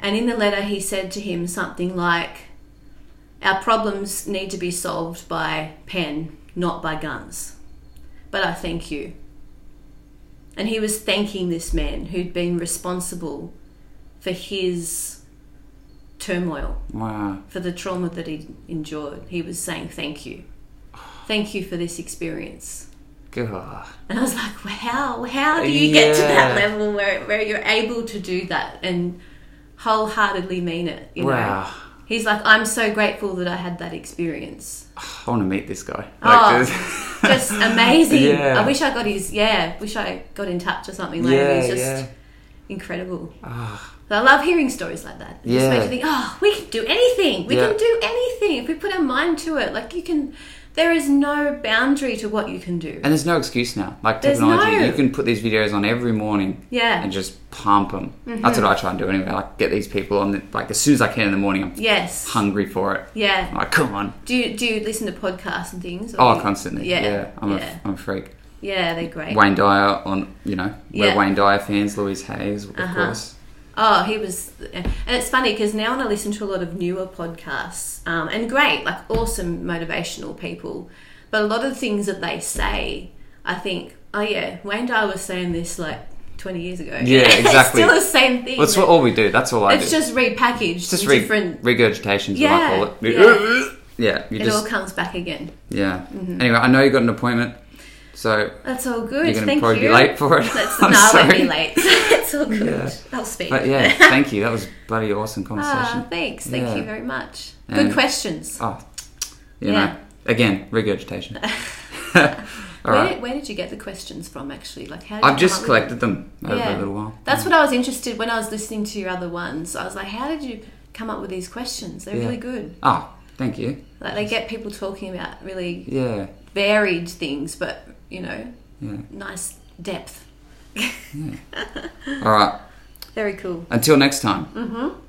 [SPEAKER 2] And in the letter, he said to him something like, Our problems need to be solved by pen, not by guns. But I thank you. And he was thanking this man who'd been responsible for his turmoil,
[SPEAKER 1] Wow.
[SPEAKER 2] for the trauma that he'd endured. He was saying, Thank you. Thank you for this experience.
[SPEAKER 1] God.
[SPEAKER 2] And I was like, wow, how do you get to that
[SPEAKER 1] Yeah.
[SPEAKER 2] level where, where you're able to do that and wholeheartedly mean it? You
[SPEAKER 1] Wow.
[SPEAKER 2] Know? He's like, I'm so grateful that I had that experience.
[SPEAKER 1] I want to meet this guy.
[SPEAKER 2] Oh,
[SPEAKER 1] this- [laughs]
[SPEAKER 2] Just amazing.
[SPEAKER 1] Yeah.
[SPEAKER 2] I wish I got his, yeah, wish I got in touch or something like
[SPEAKER 1] yeah,
[SPEAKER 2] that. He's just
[SPEAKER 1] yeah.
[SPEAKER 2] incredible.
[SPEAKER 1] Ah,
[SPEAKER 2] So I love hearing stories like that. It just
[SPEAKER 1] Yeah.
[SPEAKER 2] makes you think, oh, we can do anything. We
[SPEAKER 1] Yeah.
[SPEAKER 2] can do anything. If we put our mind to it, like you can, there is no boundary to what you can do.
[SPEAKER 1] and there's no excuse now. Like
[SPEAKER 2] There's
[SPEAKER 1] technology,
[SPEAKER 2] no-
[SPEAKER 1] you can put these videos on every morning
[SPEAKER 2] Yeah.
[SPEAKER 1] and just pump them. That's
[SPEAKER 2] Mm-hmm.
[SPEAKER 1] what I try and do anyway. Like get these people on. The, like as soon as I can in the morning, I'm
[SPEAKER 2] Yes.
[SPEAKER 1] hungry for it.
[SPEAKER 2] Yeah.
[SPEAKER 1] I'm like, come on.
[SPEAKER 2] Do you, do you listen to podcasts and things? or
[SPEAKER 1] Oh,
[SPEAKER 2] you-
[SPEAKER 1] constantly. Yeah,
[SPEAKER 2] Yeah,
[SPEAKER 1] I'm, a
[SPEAKER 2] yeah.
[SPEAKER 1] am a freak.
[SPEAKER 2] Yeah, they're great.
[SPEAKER 1] Wayne Dyer on, you know, we're
[SPEAKER 2] Yeah.
[SPEAKER 1] Wayne Dyer fans. Louise Hayes, of
[SPEAKER 2] Uh-huh.
[SPEAKER 1] course.
[SPEAKER 2] Oh, he was, and it's funny because now when I listen to a lot of newer podcasts, um, and great, like awesome motivational people, but a lot of things that they say, I think, oh yeah, Wayne Dyer was saying this like twenty years ago.
[SPEAKER 1] Yeah, exactly.
[SPEAKER 2] [laughs] it's still the same thing.
[SPEAKER 1] That's what all we do. That's all I do.
[SPEAKER 2] it's just repackaged,
[SPEAKER 1] It's just
[SPEAKER 2] in
[SPEAKER 1] re-
[SPEAKER 2] different.
[SPEAKER 1] regurgitations,
[SPEAKER 2] Yeah,
[SPEAKER 1] what I call it.
[SPEAKER 2] yeah.
[SPEAKER 1] Yeah, you
[SPEAKER 2] it all
[SPEAKER 1] just
[SPEAKER 2] comes Mm-hmm. back again.
[SPEAKER 1] yeah. Anyway, I know you got an appointment, so
[SPEAKER 2] That's all good.
[SPEAKER 1] you're going to
[SPEAKER 2] Thank
[SPEAKER 1] probably
[SPEAKER 2] you.
[SPEAKER 1] be late for it.
[SPEAKER 2] That's,
[SPEAKER 1] [laughs]
[SPEAKER 2] no,
[SPEAKER 1] I'm
[SPEAKER 2] I won't be
[SPEAKER 1] sorry.
[SPEAKER 2] late. [laughs] it's all good.
[SPEAKER 1] Yeah.
[SPEAKER 2] I'll speak.
[SPEAKER 1] But
[SPEAKER 2] [laughs]
[SPEAKER 1] yeah, thank you. That was bloody awesome
[SPEAKER 2] Ah,
[SPEAKER 1] conversation.
[SPEAKER 2] thanks. Thank
[SPEAKER 1] Yeah.
[SPEAKER 2] you very much.
[SPEAKER 1] And-
[SPEAKER 2] Good questions.
[SPEAKER 1] oh, you
[SPEAKER 2] Ah. Yeah.
[SPEAKER 1] know, again
[SPEAKER 2] [laughs]
[SPEAKER 1] regurgitation. [laughs] all
[SPEAKER 2] where,
[SPEAKER 1] right,
[SPEAKER 2] where did you get the questions from, actually? Like, how did
[SPEAKER 1] I've
[SPEAKER 2] you
[SPEAKER 1] just
[SPEAKER 2] come up
[SPEAKER 1] collected
[SPEAKER 2] with
[SPEAKER 1] them over
[SPEAKER 2] them?
[SPEAKER 1] a little while.
[SPEAKER 2] That's what I was interested when I was listening to your other ones. I was like, how did you come up with these questions? They're
[SPEAKER 1] Yeah.
[SPEAKER 2] really good.
[SPEAKER 1] Oh, thank you.
[SPEAKER 2] Like, they get people talking about really
[SPEAKER 1] Yeah,
[SPEAKER 2] varied things, but you know,
[SPEAKER 1] yeah.
[SPEAKER 2] nice depth.
[SPEAKER 1] All right.
[SPEAKER 2] Very cool.
[SPEAKER 1] Until next time. Mm-hmm.